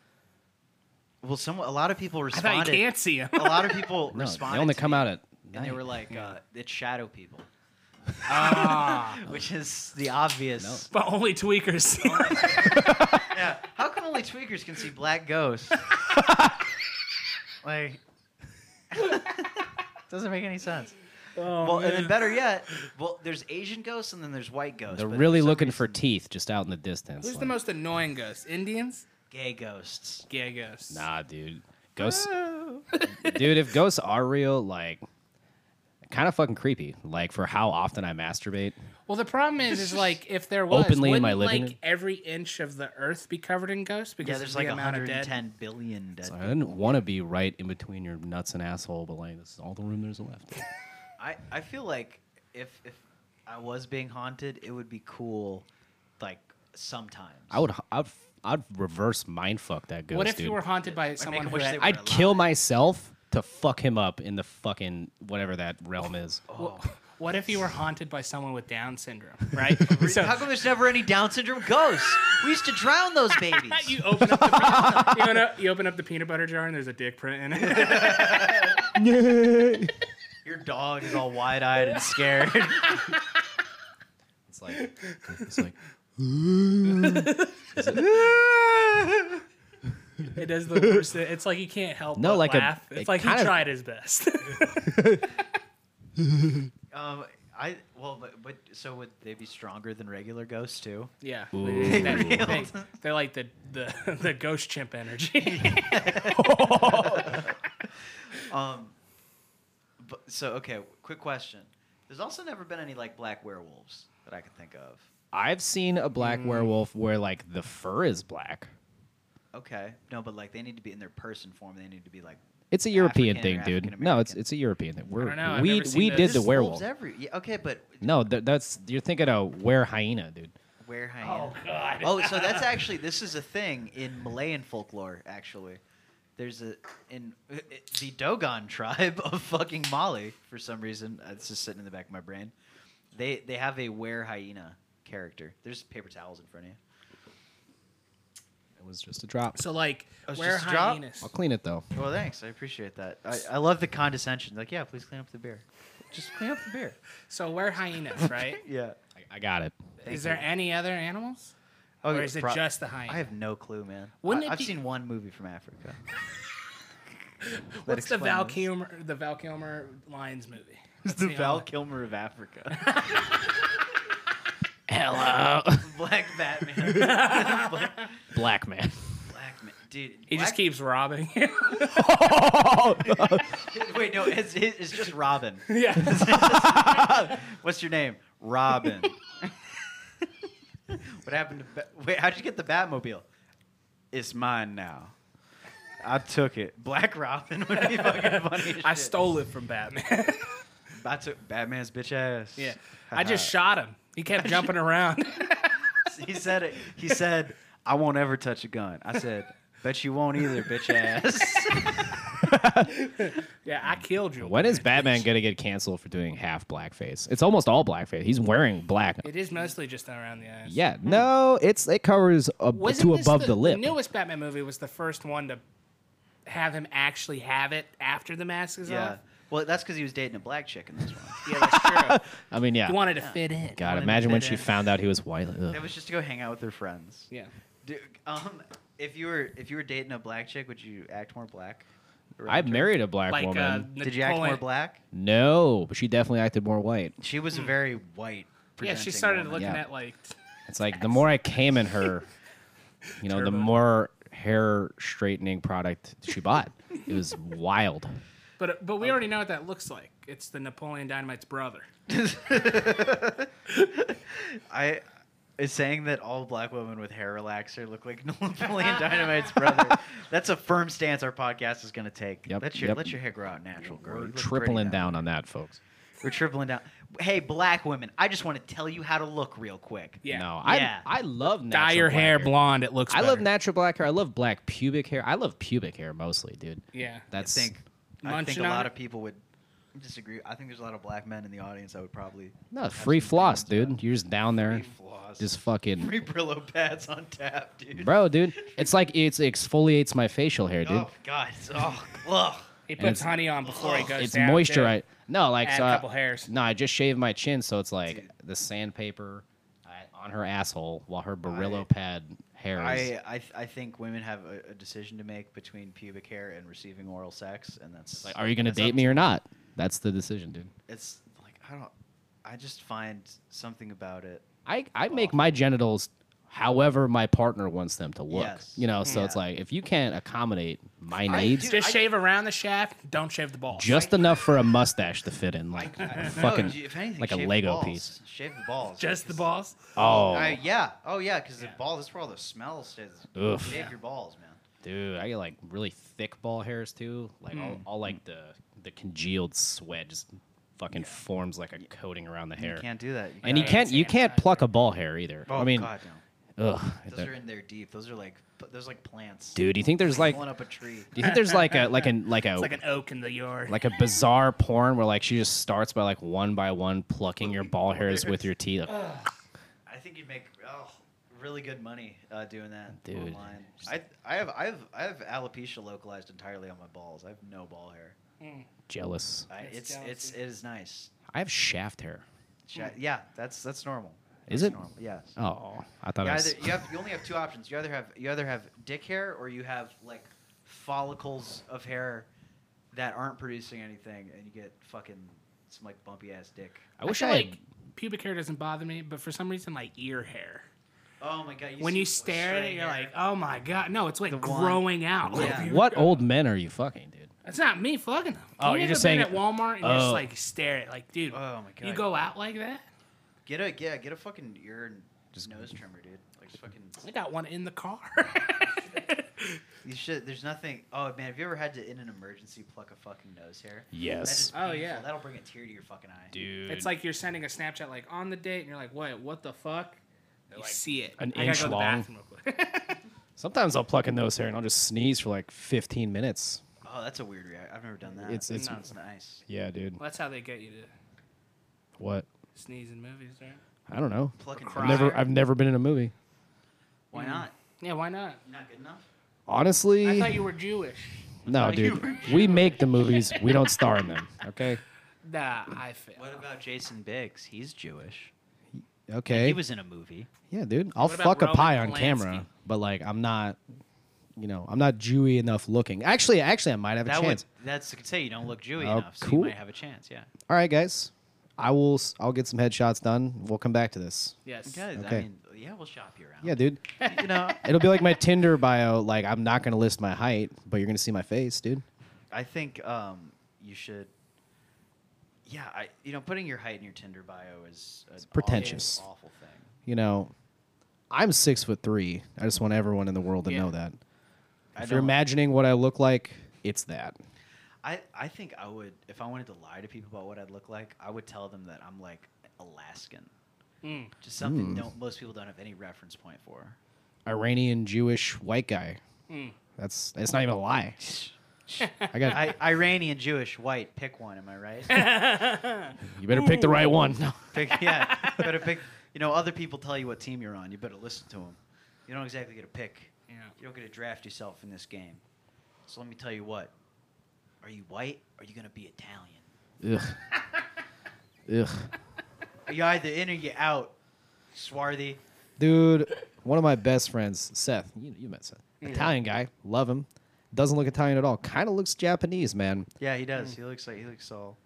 [SPEAKER 2] Well, some a lot of people
[SPEAKER 1] I thought
[SPEAKER 2] responded.
[SPEAKER 1] you can't see him.
[SPEAKER 2] a lot of people
[SPEAKER 3] No,
[SPEAKER 2] responded.
[SPEAKER 3] they only
[SPEAKER 2] to
[SPEAKER 3] come
[SPEAKER 2] me,
[SPEAKER 3] out at.
[SPEAKER 2] and they
[SPEAKER 3] night.
[SPEAKER 2] were like, uh, "It's shadow people,"
[SPEAKER 1] Ah.
[SPEAKER 3] Uh-huh.
[SPEAKER 2] which is the obvious.
[SPEAKER 1] but only tweakers.
[SPEAKER 2] Yeah. How come only tweakers can see black ghosts? like, doesn't make any sense.
[SPEAKER 3] Oh,
[SPEAKER 2] well, and then better yet, well, there's Asian ghosts and then there's white ghosts.
[SPEAKER 3] They're
[SPEAKER 2] but
[SPEAKER 3] really
[SPEAKER 2] some
[SPEAKER 3] looking for
[SPEAKER 2] reason,
[SPEAKER 3] teeth just out in the distance.
[SPEAKER 1] Who's the
[SPEAKER 3] like,
[SPEAKER 1] most annoying ghost? Indians?
[SPEAKER 2] gay ghosts.
[SPEAKER 1] Gay ghosts.
[SPEAKER 3] Nah, dude. Ghosts. dude, if ghosts are real, like, kind of fucking creepy. Like, for how often I masturbate.
[SPEAKER 1] Well, the problem is, is like if there was
[SPEAKER 3] Openly in my
[SPEAKER 1] wouldn't,
[SPEAKER 3] living room?
[SPEAKER 1] like every inch of the earth be covered in ghosts because
[SPEAKER 2] Yeah, there's
[SPEAKER 1] of
[SPEAKER 2] like
[SPEAKER 1] the amount of dead.
[SPEAKER 2] 110 billion dead.
[SPEAKER 3] I didn't want to be right in between your nuts and asshole, but like, this is all the room there's left.
[SPEAKER 2] I, I feel like if if I was being haunted, it would be cool, like sometimes.
[SPEAKER 3] I would, I'd, I'd reverse mindfuck that ghost.
[SPEAKER 1] What if
[SPEAKER 3] dude.
[SPEAKER 1] you were haunted by someone
[SPEAKER 2] a
[SPEAKER 1] who
[SPEAKER 2] wish
[SPEAKER 1] had,
[SPEAKER 2] they were-
[SPEAKER 3] I'd kill myself to fuck him up in the fucking whatever that realm is.
[SPEAKER 1] Wha-
[SPEAKER 2] Oh.
[SPEAKER 1] What if you were haunted by someone with Down syndrome, right? so
[SPEAKER 2] How come there's never any Down syndrome ghosts? We used to drown those babies.
[SPEAKER 1] you open up the peanut, you, open up, you open up the peanut butter jar and there's a dick print in it.
[SPEAKER 2] Your dog is all wide eyed and scared.
[SPEAKER 3] It's like, it's like,
[SPEAKER 1] It does the worst. thing. It's like you can't help
[SPEAKER 3] No,
[SPEAKER 1] but
[SPEAKER 3] like a-
[SPEAKER 1] laugh.
[SPEAKER 3] it
[SPEAKER 1] it's like he
[SPEAKER 3] kind of-
[SPEAKER 1] tried his best.
[SPEAKER 2] um, I well, but, but so would they be stronger than regular ghosts too?
[SPEAKER 1] yeah,
[SPEAKER 3] Ooh.
[SPEAKER 1] they, are like the, the the ghost chimp energy.
[SPEAKER 2] Um, but so okay, quick question. There's also never been any like black werewolves that I can think of.
[SPEAKER 3] I've seen a black
[SPEAKER 1] Mm.
[SPEAKER 3] werewolf where like the fur is black.
[SPEAKER 2] Okay, no, but like they need to be in their person form. They need to be like
[SPEAKER 3] It's a European
[SPEAKER 2] African or
[SPEAKER 3] thing, dude.
[SPEAKER 2] African
[SPEAKER 3] No, it's
[SPEAKER 2] American.
[SPEAKER 3] it's a European thing. We're,
[SPEAKER 1] don't know. I've
[SPEAKER 3] we
[SPEAKER 1] never seen
[SPEAKER 3] we
[SPEAKER 1] the-
[SPEAKER 3] did
[SPEAKER 1] This
[SPEAKER 3] the
[SPEAKER 2] There's wolves
[SPEAKER 3] werewolf.
[SPEAKER 2] Every yeah, okay, but
[SPEAKER 3] No, th- that's you're thinking of were hyena, dude.
[SPEAKER 2] where hyena?
[SPEAKER 1] God.
[SPEAKER 2] Oh, so that's actually this is a thing in Malayan folklore. Actually, there's a in it, the Dogon tribe of fucking Mali for some reason. uh, It's just sitting in the back of my brain. They they have a were hyena character. There's paper towels in front of you.
[SPEAKER 3] It was just a drop.
[SPEAKER 1] So like,
[SPEAKER 2] Oh, it's
[SPEAKER 1] where
[SPEAKER 2] just a drop?
[SPEAKER 1] hyenas?
[SPEAKER 3] I'll clean it though.
[SPEAKER 2] Well, thanks. I appreciate that. I, I love the condescension. Like, yeah, please clean up the beer. Just clean up the beer.
[SPEAKER 1] So where hyenas, right?
[SPEAKER 2] Yeah.
[SPEAKER 3] I, I got it.
[SPEAKER 1] Is there any other animals? Or is it just the hyena?
[SPEAKER 2] I have no clue, man.
[SPEAKER 1] Wouldn't
[SPEAKER 2] I,
[SPEAKER 1] it
[SPEAKER 2] have
[SPEAKER 1] be-
[SPEAKER 2] seen one movie from Africa.
[SPEAKER 1] What's the Val
[SPEAKER 2] explains-
[SPEAKER 1] Kilmer, the Val Kilmer Lions movie?
[SPEAKER 2] It's
[SPEAKER 1] That's
[SPEAKER 2] the
[SPEAKER 1] only-
[SPEAKER 2] Val Kilmer of Africa.
[SPEAKER 3] Hello,
[SPEAKER 2] Black Batman. Black
[SPEAKER 3] black man.
[SPEAKER 2] Man. Dude.
[SPEAKER 1] He just keeps robbing.
[SPEAKER 2] keeps. Wait, no, it's, it's just Robin.
[SPEAKER 1] yeah.
[SPEAKER 2] What's your name? Robin. what happened to. Ba- Wait, how'd you get the Batmobile? It's mine now. I took it. Black Robin would be fucking funny. as
[SPEAKER 1] I
[SPEAKER 2] shit.
[SPEAKER 1] stole it from Batman.
[SPEAKER 2] I took Batman's bitch ass.
[SPEAKER 1] yeah. I just shot him. He kept jumping around.
[SPEAKER 2] he said it. He said, "I won't ever touch a gun." I said, "Bet you won't either, bitch ass."
[SPEAKER 1] Yeah, I killed you.
[SPEAKER 3] When is Batman gonna get canceled for doing half blackface? It's almost all blackface. He's wearing black.
[SPEAKER 1] It is mostly just around the eyes.
[SPEAKER 3] Yeah,
[SPEAKER 2] Hmm.
[SPEAKER 3] no, it's it covers ab-
[SPEAKER 1] Wasn't
[SPEAKER 3] to
[SPEAKER 1] this
[SPEAKER 3] above the, lip.
[SPEAKER 1] The newest Batman movie was the first one to have him actually have it after the mask is
[SPEAKER 2] yeah.
[SPEAKER 1] off.
[SPEAKER 2] Well, that's because he was dating a black chick in this one.
[SPEAKER 1] Yeah, that's true.
[SPEAKER 3] I mean, yeah.
[SPEAKER 1] he wanted to fit in.
[SPEAKER 3] God,
[SPEAKER 2] wanted to
[SPEAKER 3] imagine when
[SPEAKER 2] fit
[SPEAKER 3] she
[SPEAKER 2] in.
[SPEAKER 3] found out he was white. Ugh.
[SPEAKER 2] That was just to go hang out with her friends.
[SPEAKER 1] Yeah.
[SPEAKER 2] Dude, um, if you were if you were dating a black chick, would you act more black? around
[SPEAKER 3] I
[SPEAKER 2] her?
[SPEAKER 3] married a black
[SPEAKER 1] Like,
[SPEAKER 3] woman.
[SPEAKER 1] uh,
[SPEAKER 2] Did you act more
[SPEAKER 1] Napoleon-
[SPEAKER 2] black?
[SPEAKER 3] no, but she definitely acted more white.
[SPEAKER 2] She was a very white.
[SPEAKER 1] Yeah, she
[SPEAKER 2] presenting
[SPEAKER 1] started
[SPEAKER 2] woman.
[SPEAKER 1] looking
[SPEAKER 3] Yeah.
[SPEAKER 1] at like.
[SPEAKER 3] It's like the more I came in her, you know, the
[SPEAKER 1] Turbo.
[SPEAKER 3] more hair straightening product she bought. It was wild.
[SPEAKER 1] But but we already know what that looks like. It's the Napoleon Dynamite's brother.
[SPEAKER 2] I is saying that all black women with hair relaxer look like Napoleon Dynamite's brother. That's a firm stance our podcast is going to take.
[SPEAKER 3] Yep,
[SPEAKER 2] let your
[SPEAKER 3] yep.
[SPEAKER 2] let your hair grow out natural, girl. You
[SPEAKER 3] We're
[SPEAKER 2] look
[SPEAKER 3] tripling
[SPEAKER 2] pretty now.
[SPEAKER 3] down on that, folks.
[SPEAKER 2] We're tripling down. Hey, black women, I just want to tell you how to look real quick.
[SPEAKER 1] Yeah.
[SPEAKER 3] No, I
[SPEAKER 2] Yeah.
[SPEAKER 3] I love natural
[SPEAKER 1] Dye your
[SPEAKER 3] black
[SPEAKER 1] hair blonde. It looks.
[SPEAKER 3] I love
[SPEAKER 1] better.
[SPEAKER 3] natural black hair. I love black pubic hair. I love pubic hair mostly, dude.
[SPEAKER 1] Yeah.
[SPEAKER 3] That's
[SPEAKER 2] I think I think a
[SPEAKER 1] Munching on
[SPEAKER 2] lot
[SPEAKER 1] it?
[SPEAKER 2] of people would disagree. I think there's a lot of black men in the audience that would probably
[SPEAKER 3] no
[SPEAKER 2] have
[SPEAKER 3] free
[SPEAKER 2] some
[SPEAKER 3] floss,
[SPEAKER 2] opinions
[SPEAKER 3] dude. You're just down
[SPEAKER 2] about
[SPEAKER 3] there,
[SPEAKER 2] it. Free floss.
[SPEAKER 3] just fucking,
[SPEAKER 2] free Brillo pads on tap, dude.
[SPEAKER 3] bro, dude. It's like it's exfoliates my facial hair, dude.
[SPEAKER 2] Oh God, it's- oh, ugh.
[SPEAKER 1] He
[SPEAKER 3] And
[SPEAKER 1] puts
[SPEAKER 3] it's-
[SPEAKER 1] honey on before he
[SPEAKER 2] Oh.
[SPEAKER 1] goes.
[SPEAKER 3] it's
[SPEAKER 1] down,
[SPEAKER 3] moisture.
[SPEAKER 1] too.
[SPEAKER 3] I no, like
[SPEAKER 1] Add
[SPEAKER 3] so
[SPEAKER 1] a
[SPEAKER 3] I-
[SPEAKER 1] couple hairs.
[SPEAKER 3] No, I just shaved my chin, so it's like the sandpaper I- on her asshole while her Barillo
[SPEAKER 2] I-
[SPEAKER 3] pad hair is.
[SPEAKER 2] I, I I think women have a, a decision to make between pubic hair and receiving oral sex, and that's
[SPEAKER 3] like, are you gonna
[SPEAKER 2] that's up
[SPEAKER 3] date me or not? That's the decision, dude.
[SPEAKER 2] It's like I don't. I just find something about it.
[SPEAKER 3] I, I make my genitals however my partner wants them to look.
[SPEAKER 2] Yes.
[SPEAKER 3] You know, so it's
[SPEAKER 2] Yeah.
[SPEAKER 3] like if you can't accommodate my
[SPEAKER 2] I
[SPEAKER 3] needs,
[SPEAKER 2] do-
[SPEAKER 1] Just
[SPEAKER 2] I-
[SPEAKER 1] shave around the shaft. Don't shave the balls.
[SPEAKER 3] just enough for a mustache to fit in, like a fucking
[SPEAKER 2] No, dude, if anything,
[SPEAKER 3] like a
[SPEAKER 2] shave the
[SPEAKER 3] Lego
[SPEAKER 2] balls.
[SPEAKER 3] piece.
[SPEAKER 2] Shave the balls.
[SPEAKER 1] just the
[SPEAKER 2] because-
[SPEAKER 1] balls.
[SPEAKER 3] Oh,
[SPEAKER 2] I- yeah. Oh yeah, because the balls. That's where all the smell stays.
[SPEAKER 3] Oof.
[SPEAKER 2] Shave
[SPEAKER 1] Yeah.
[SPEAKER 2] your balls, man.
[SPEAKER 3] dude, I get like really thick ball hairs too. Like all, all like the the congealed sweat just fucking forms like a coating around the hair.
[SPEAKER 2] You can't do that. You
[SPEAKER 3] and you
[SPEAKER 2] gotta-
[SPEAKER 3] can't you
[SPEAKER 1] sanitizer.
[SPEAKER 3] can't pluck a ball hair either.
[SPEAKER 2] Oh
[SPEAKER 3] I mean,
[SPEAKER 2] God, no.
[SPEAKER 3] ugh,
[SPEAKER 2] Those are in there deep. Those are like p- those are like plants.
[SPEAKER 3] dude. Do you think there's like
[SPEAKER 2] pulling
[SPEAKER 3] do
[SPEAKER 2] up a tree.
[SPEAKER 3] you think there's like a like an like a
[SPEAKER 1] It's like an oak in the yard.
[SPEAKER 3] Oh. like a bizarre porn where like she just starts by like one by one plucking your ball hairs with your teeth. Like,
[SPEAKER 2] I think you'd make oh, really good money uh, doing that
[SPEAKER 3] Dude.
[SPEAKER 2] online. I I have I have I have alopecia localized entirely on my balls. I have no ball hair.
[SPEAKER 3] jealous.
[SPEAKER 2] I,
[SPEAKER 1] That's
[SPEAKER 2] it's it's
[SPEAKER 1] jealousy.
[SPEAKER 2] it is nice.
[SPEAKER 3] I have shaft hair.
[SPEAKER 2] Sh- Yeah, that's that's normal.
[SPEAKER 3] Is
[SPEAKER 2] That's
[SPEAKER 3] it?
[SPEAKER 2] normal. Yes.
[SPEAKER 3] Oh, I thought
[SPEAKER 2] You
[SPEAKER 3] I
[SPEAKER 2] either,
[SPEAKER 3] was.
[SPEAKER 2] you have you only have two options. You either have you either have dick hair or you have like follicles of hair that aren't producing anything, and you get fucking some like bumpy ass dick.
[SPEAKER 3] I wish
[SPEAKER 1] feel
[SPEAKER 3] I had.
[SPEAKER 1] pubic hair doesn't bother me, but for some reason, like ear hair.
[SPEAKER 2] Oh my god!
[SPEAKER 1] when
[SPEAKER 2] see
[SPEAKER 1] you stare at it,
[SPEAKER 2] stray
[SPEAKER 1] you're
[SPEAKER 2] hair.
[SPEAKER 1] like, oh my god, no, it's like
[SPEAKER 2] one-
[SPEAKER 1] growing out.
[SPEAKER 2] Yeah.
[SPEAKER 1] Like,
[SPEAKER 3] What old men are you fucking, dude?
[SPEAKER 1] That's not me fucking them.
[SPEAKER 3] Oh,
[SPEAKER 1] You
[SPEAKER 3] you're
[SPEAKER 1] ever
[SPEAKER 3] just
[SPEAKER 1] been
[SPEAKER 3] saying-
[SPEAKER 1] at Walmart and you
[SPEAKER 3] Oh.
[SPEAKER 1] just like stare at like, dude.
[SPEAKER 2] Oh my God.
[SPEAKER 1] You go out like that?
[SPEAKER 2] Get a yeah, get a fucking ear and just nose trimmer, dude. Like just fucking.
[SPEAKER 1] I got one in the car.
[SPEAKER 2] You should. There's nothing. Oh man, have you ever had to in an emergency pluck a fucking nose hair? That
[SPEAKER 3] Yes.
[SPEAKER 2] is
[SPEAKER 1] Oh,
[SPEAKER 2] painful.
[SPEAKER 1] yeah.
[SPEAKER 2] That'll bring a tear to your fucking eye.
[SPEAKER 3] Dude.
[SPEAKER 1] it's like you're sending a Snapchat like on the date, and you're like, wait, what the fuck? You see it.
[SPEAKER 3] an
[SPEAKER 1] I gotta
[SPEAKER 3] inch
[SPEAKER 1] go to the
[SPEAKER 3] long.
[SPEAKER 1] bathroom real quick.
[SPEAKER 3] Sometimes I'll pluck a nose hair and I'll just sneeze for like 15 minutes.
[SPEAKER 2] Oh, that's a weird reaction. I've never done that.
[SPEAKER 3] It's- it's-
[SPEAKER 2] no, it's nice.
[SPEAKER 3] Yeah, dude.
[SPEAKER 1] well, that's how they get you to
[SPEAKER 3] What?
[SPEAKER 1] sneeze in movies, right?
[SPEAKER 3] I don't know.
[SPEAKER 2] Plucking
[SPEAKER 1] Cry.
[SPEAKER 3] I've never, I've never been in a movie.
[SPEAKER 2] Why not?
[SPEAKER 1] Yeah, why not?
[SPEAKER 2] You're not good enough.
[SPEAKER 3] Honestly,
[SPEAKER 1] I thought you were Jewish.
[SPEAKER 3] no,
[SPEAKER 2] thought you
[SPEAKER 3] dude.
[SPEAKER 2] were-
[SPEAKER 3] We make the movies. We don't star in them. Okay.
[SPEAKER 1] Nah, I fail.
[SPEAKER 2] What about Jason Biggs? He's Jewish.
[SPEAKER 3] Okay.
[SPEAKER 2] He was in a movie.
[SPEAKER 3] Yeah, dude. I'll
[SPEAKER 1] about
[SPEAKER 3] fuck a
[SPEAKER 1] Roman
[SPEAKER 3] pie on
[SPEAKER 1] Polanski?
[SPEAKER 3] camera, but like I'm not, you know, I'm not Jewy enough looking. Actually, actually, I might have a
[SPEAKER 2] That would,
[SPEAKER 3] chance.
[SPEAKER 2] that's could say you don't look Jewy
[SPEAKER 3] Oh,
[SPEAKER 2] enough, so
[SPEAKER 3] cool.
[SPEAKER 2] you might have a chance. Yeah.
[SPEAKER 3] All right, guys. I will. s- I'll get some headshots done. We'll come back to this.
[SPEAKER 1] Yes.
[SPEAKER 2] Good.
[SPEAKER 3] Okay.
[SPEAKER 2] I mean, yeah, we'll shop you around.
[SPEAKER 3] Yeah, dude.
[SPEAKER 2] You know,
[SPEAKER 3] It'll be like my Tinder bio. Like I'm not gonna list my height, but you're gonna see my face, dude.
[SPEAKER 2] I think um, you should. Yeah, I you know putting your height in your Tinder bio is an
[SPEAKER 3] pretentious.
[SPEAKER 2] awful, awful thing.
[SPEAKER 3] You know, I'm six foot three. I just want everyone in the world to
[SPEAKER 1] Yeah.
[SPEAKER 3] know that.
[SPEAKER 2] I
[SPEAKER 3] If you're
[SPEAKER 2] don't-
[SPEAKER 3] imagining what I look like, it's that.
[SPEAKER 2] I I think I would if I wanted to lie to people about what I'd look like, I would tell them that I'm like Alaskan,
[SPEAKER 1] Mm.
[SPEAKER 2] just
[SPEAKER 3] Hmm.
[SPEAKER 2] something don't, most people don't have any reference point for.
[SPEAKER 3] Iranian Jewish white guy.
[SPEAKER 2] Hmm.
[SPEAKER 3] That's. It's not even a lie. I got.
[SPEAKER 2] I, Iranian, Jewish, white, pick one. Am I right?
[SPEAKER 3] you better pick the right one.
[SPEAKER 2] Pick, yeah, you better pick. You know, other people tell you what team you're on. You better listen to them. You don't exactly get a pick.
[SPEAKER 1] Yeah.
[SPEAKER 2] You don't get to draft yourself in this game. So let me tell you what: Are you white? Or are you gonna be Italian?
[SPEAKER 3] Ugh. Ugh.
[SPEAKER 2] Are you either in or you out? Swarthy.
[SPEAKER 3] Dude, one of my best friends, Seth, you, you met Seth,
[SPEAKER 2] Hmm.
[SPEAKER 3] Italian guy, love him. Doesn't look Italian at all. Kind of looks Japanese, man.
[SPEAKER 2] Yeah, he does. He looks like he looks all.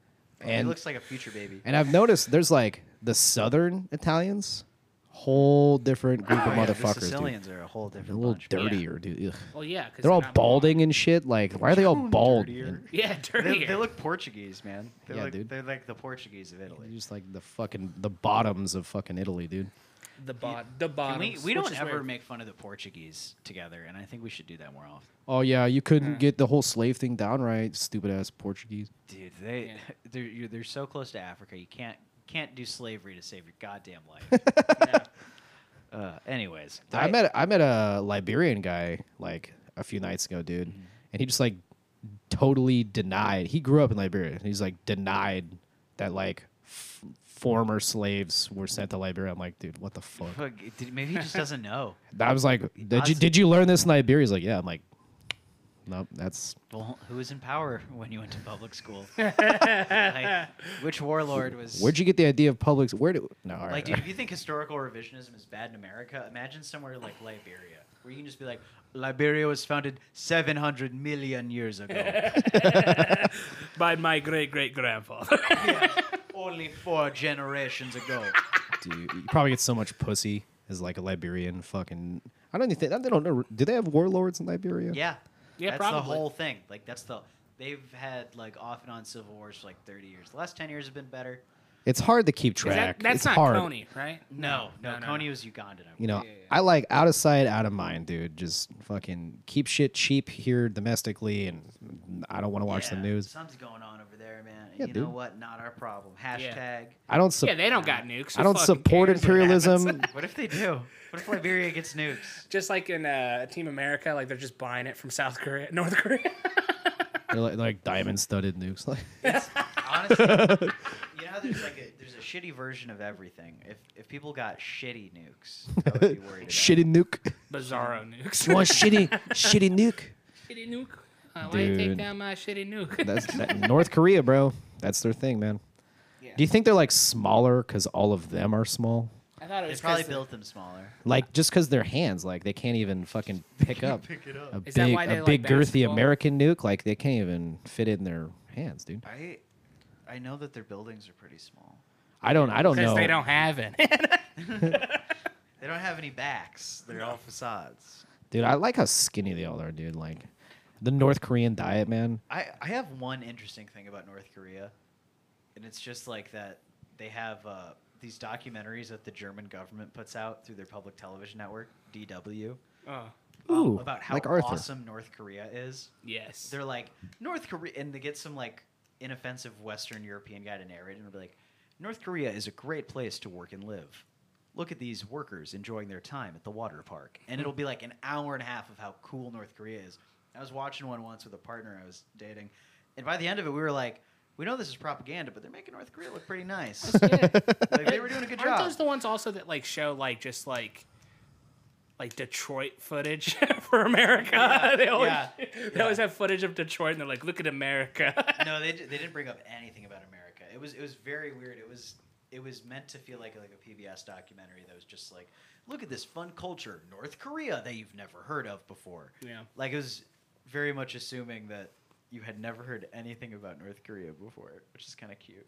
[SPEAKER 2] he
[SPEAKER 3] And-
[SPEAKER 2] looks like a future baby.
[SPEAKER 3] And I've noticed there's like the Southern Italians, whole different group of
[SPEAKER 2] Oh, yeah, the
[SPEAKER 3] motherfuckers. dude.
[SPEAKER 2] Sicilians are a whole
[SPEAKER 3] They're a
[SPEAKER 2] different.
[SPEAKER 3] little
[SPEAKER 2] bunch, man.
[SPEAKER 3] dirtier, dude. Ugh.
[SPEAKER 1] Well, yeah, because
[SPEAKER 3] They're all balding and shit. Like, why are they all bald?
[SPEAKER 2] Dirtier.
[SPEAKER 3] man?
[SPEAKER 1] Yeah, dirty.
[SPEAKER 2] They, they look Portuguese, man. They're
[SPEAKER 3] Yeah,
[SPEAKER 2] like,
[SPEAKER 3] dude.
[SPEAKER 2] They're like the Portuguese of
[SPEAKER 3] They're
[SPEAKER 2] Italy.
[SPEAKER 3] just like the fucking the bottoms of fucking Italy, dude.
[SPEAKER 1] The bot, the bottom.
[SPEAKER 2] we we don't ever make fun of the Portuguese together, and I think we should do that more often.
[SPEAKER 3] Oh yeah, you couldn't get the whole slave thing down right, stupid ass Portuguese.
[SPEAKER 2] Dude, they
[SPEAKER 1] Yeah.
[SPEAKER 2] they're you're, they're so close to Africa. You can't can't do slavery to save your goddamn life. uh, anyways,
[SPEAKER 3] I, met I met a Liberian guy like a few nights ago, dude, and he just like totally denied. He grew up in Liberia, and he's like denied that like f- former slaves were sent to Liberia. I'm like, dude, what the fuck?
[SPEAKER 2] Fuck, did- maybe he just doesn't know.
[SPEAKER 3] I was like, did you did you learn this in Liberia? He's like, yeah. I'm like, nope, that's
[SPEAKER 2] Well, who was in power when you went to public school? Like, which warlord was?
[SPEAKER 3] where'd you get the idea of public? Where do no? all
[SPEAKER 2] like,
[SPEAKER 3] right.
[SPEAKER 2] dude, if you think historical revisionism is bad in America, imagine somewhere like Liberia, where you can just be like, Liberia was founded 700 million years ago.
[SPEAKER 1] by my great great grandfather.
[SPEAKER 2] Only four generations ago.
[SPEAKER 3] Dude, you probably get so much pussy as like a Liberian fucking. I don't even think they don't know. Do they have warlords in Liberia?
[SPEAKER 2] Yeah.
[SPEAKER 1] Yeah,
[SPEAKER 2] that's
[SPEAKER 1] probably.
[SPEAKER 2] the whole thing. Like, that's the. They've had, like, off and on civil wars for, like, 30 years. The last 10 years have been better.
[SPEAKER 3] It's hard to keep
[SPEAKER 1] Is
[SPEAKER 3] track.
[SPEAKER 1] that, that's
[SPEAKER 3] it's
[SPEAKER 1] not
[SPEAKER 3] hard.
[SPEAKER 1] Coney, right?
[SPEAKER 2] No, no,
[SPEAKER 1] no, no.
[SPEAKER 2] Coney was Ugandan. I
[SPEAKER 3] You know,
[SPEAKER 1] yeah, yeah.
[SPEAKER 3] I like out of sight, out of mind, dude. Just fucking keep shit cheap here domestically, and I don't want to watch the
[SPEAKER 2] Yeah,
[SPEAKER 3] news.
[SPEAKER 2] Something's going on over there, man. And
[SPEAKER 3] Yeah,
[SPEAKER 2] you know
[SPEAKER 3] dude.
[SPEAKER 2] what? Not our problem. Hashtag.
[SPEAKER 3] I don't. Su-
[SPEAKER 1] yeah, they don't got nukes.
[SPEAKER 3] I
[SPEAKER 1] Who
[SPEAKER 3] don't
[SPEAKER 1] fucking
[SPEAKER 3] support
[SPEAKER 1] cares what happens?
[SPEAKER 3] imperialism.
[SPEAKER 2] What if they do? What if Liberia gets nukes?
[SPEAKER 1] Just like in uh, Team America, like they're just buying it from South Korea, North Korea.
[SPEAKER 3] They're like, like diamond studded nukes. Like,
[SPEAKER 2] Honestly, you know, how there's like a there's a shitty version of everything. If if people got shitty nukes, I would be worried. About.
[SPEAKER 3] shitty nuke.
[SPEAKER 1] Bizarro nukes.
[SPEAKER 3] You want shitty, shitty nuke?
[SPEAKER 1] shitty nuke? Uh, why you
[SPEAKER 3] Dude.
[SPEAKER 1] take down my shitty nuke?
[SPEAKER 3] That's that, North Korea, bro. That's their thing, man.
[SPEAKER 1] Yeah.
[SPEAKER 3] Do you think they're like smaller because all of them are small?
[SPEAKER 1] I thought it
[SPEAKER 2] They
[SPEAKER 1] was
[SPEAKER 2] probably
[SPEAKER 1] 'cause the-
[SPEAKER 2] built them smaller.
[SPEAKER 3] Like just because their hands, like they can't even fucking pick up a
[SPEAKER 1] Is that
[SPEAKER 3] big,
[SPEAKER 1] why they
[SPEAKER 3] a
[SPEAKER 1] like
[SPEAKER 3] big girthy
[SPEAKER 1] basketball?
[SPEAKER 3] American nuke. Like they can't even fit it in their hands, dude.
[SPEAKER 2] I I know that their buildings are pretty small.
[SPEAKER 3] I don't, I don't
[SPEAKER 1] Because
[SPEAKER 3] know.
[SPEAKER 1] they don't have it.
[SPEAKER 2] They don't have any backs. They're all facades.
[SPEAKER 3] Dude, I like how skinny they all are, dude. Like the North Korean diet, man.
[SPEAKER 2] I I have one interesting thing about North Korea, and it's just like that they have uh, these documentaries that the German government puts out through their public television network DW
[SPEAKER 1] oh,
[SPEAKER 2] um,
[SPEAKER 3] Ooh,
[SPEAKER 2] about how
[SPEAKER 3] like Arthur.
[SPEAKER 2] awesome North Korea is.
[SPEAKER 1] yes.
[SPEAKER 2] they're like North Korea, and they get some like inoffensive Western European guy to narrate, and they'll be like, North Korea is a great place to work and live. Look at these workers enjoying their time at the water park, and it'll be like an hour and a half of how cool North Korea is. I was watching one once with a partner I was dating, and by the end of it, we were like, we know this is propaganda, but they're making North Korea look pretty nice. like they were doing a good
[SPEAKER 1] Aren't
[SPEAKER 2] job.
[SPEAKER 1] those the ones also that like show like just like like Detroit footage for America? they always
[SPEAKER 2] yeah,
[SPEAKER 1] they always have footage of Detroit and they're like, look at America.
[SPEAKER 2] no, they, di- they didn't bring up anything about America. It was it was very weird. It was it was meant to feel like like a PBS documentary that was just like, look at this fun culture, North Korea that you've never heard of before.
[SPEAKER 1] Yeah.
[SPEAKER 2] like it was very much assuming that you had never heard anything about North Korea before, which is kind of cute.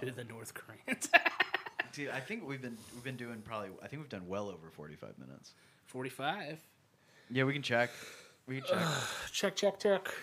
[SPEAKER 1] to the North Koreans.
[SPEAKER 2] Dude, I think we've been we've been doing probably I think we've done well over forty five minutes.
[SPEAKER 1] Forty five.
[SPEAKER 2] Yeah, we can check. We can check.
[SPEAKER 1] Check, check, check.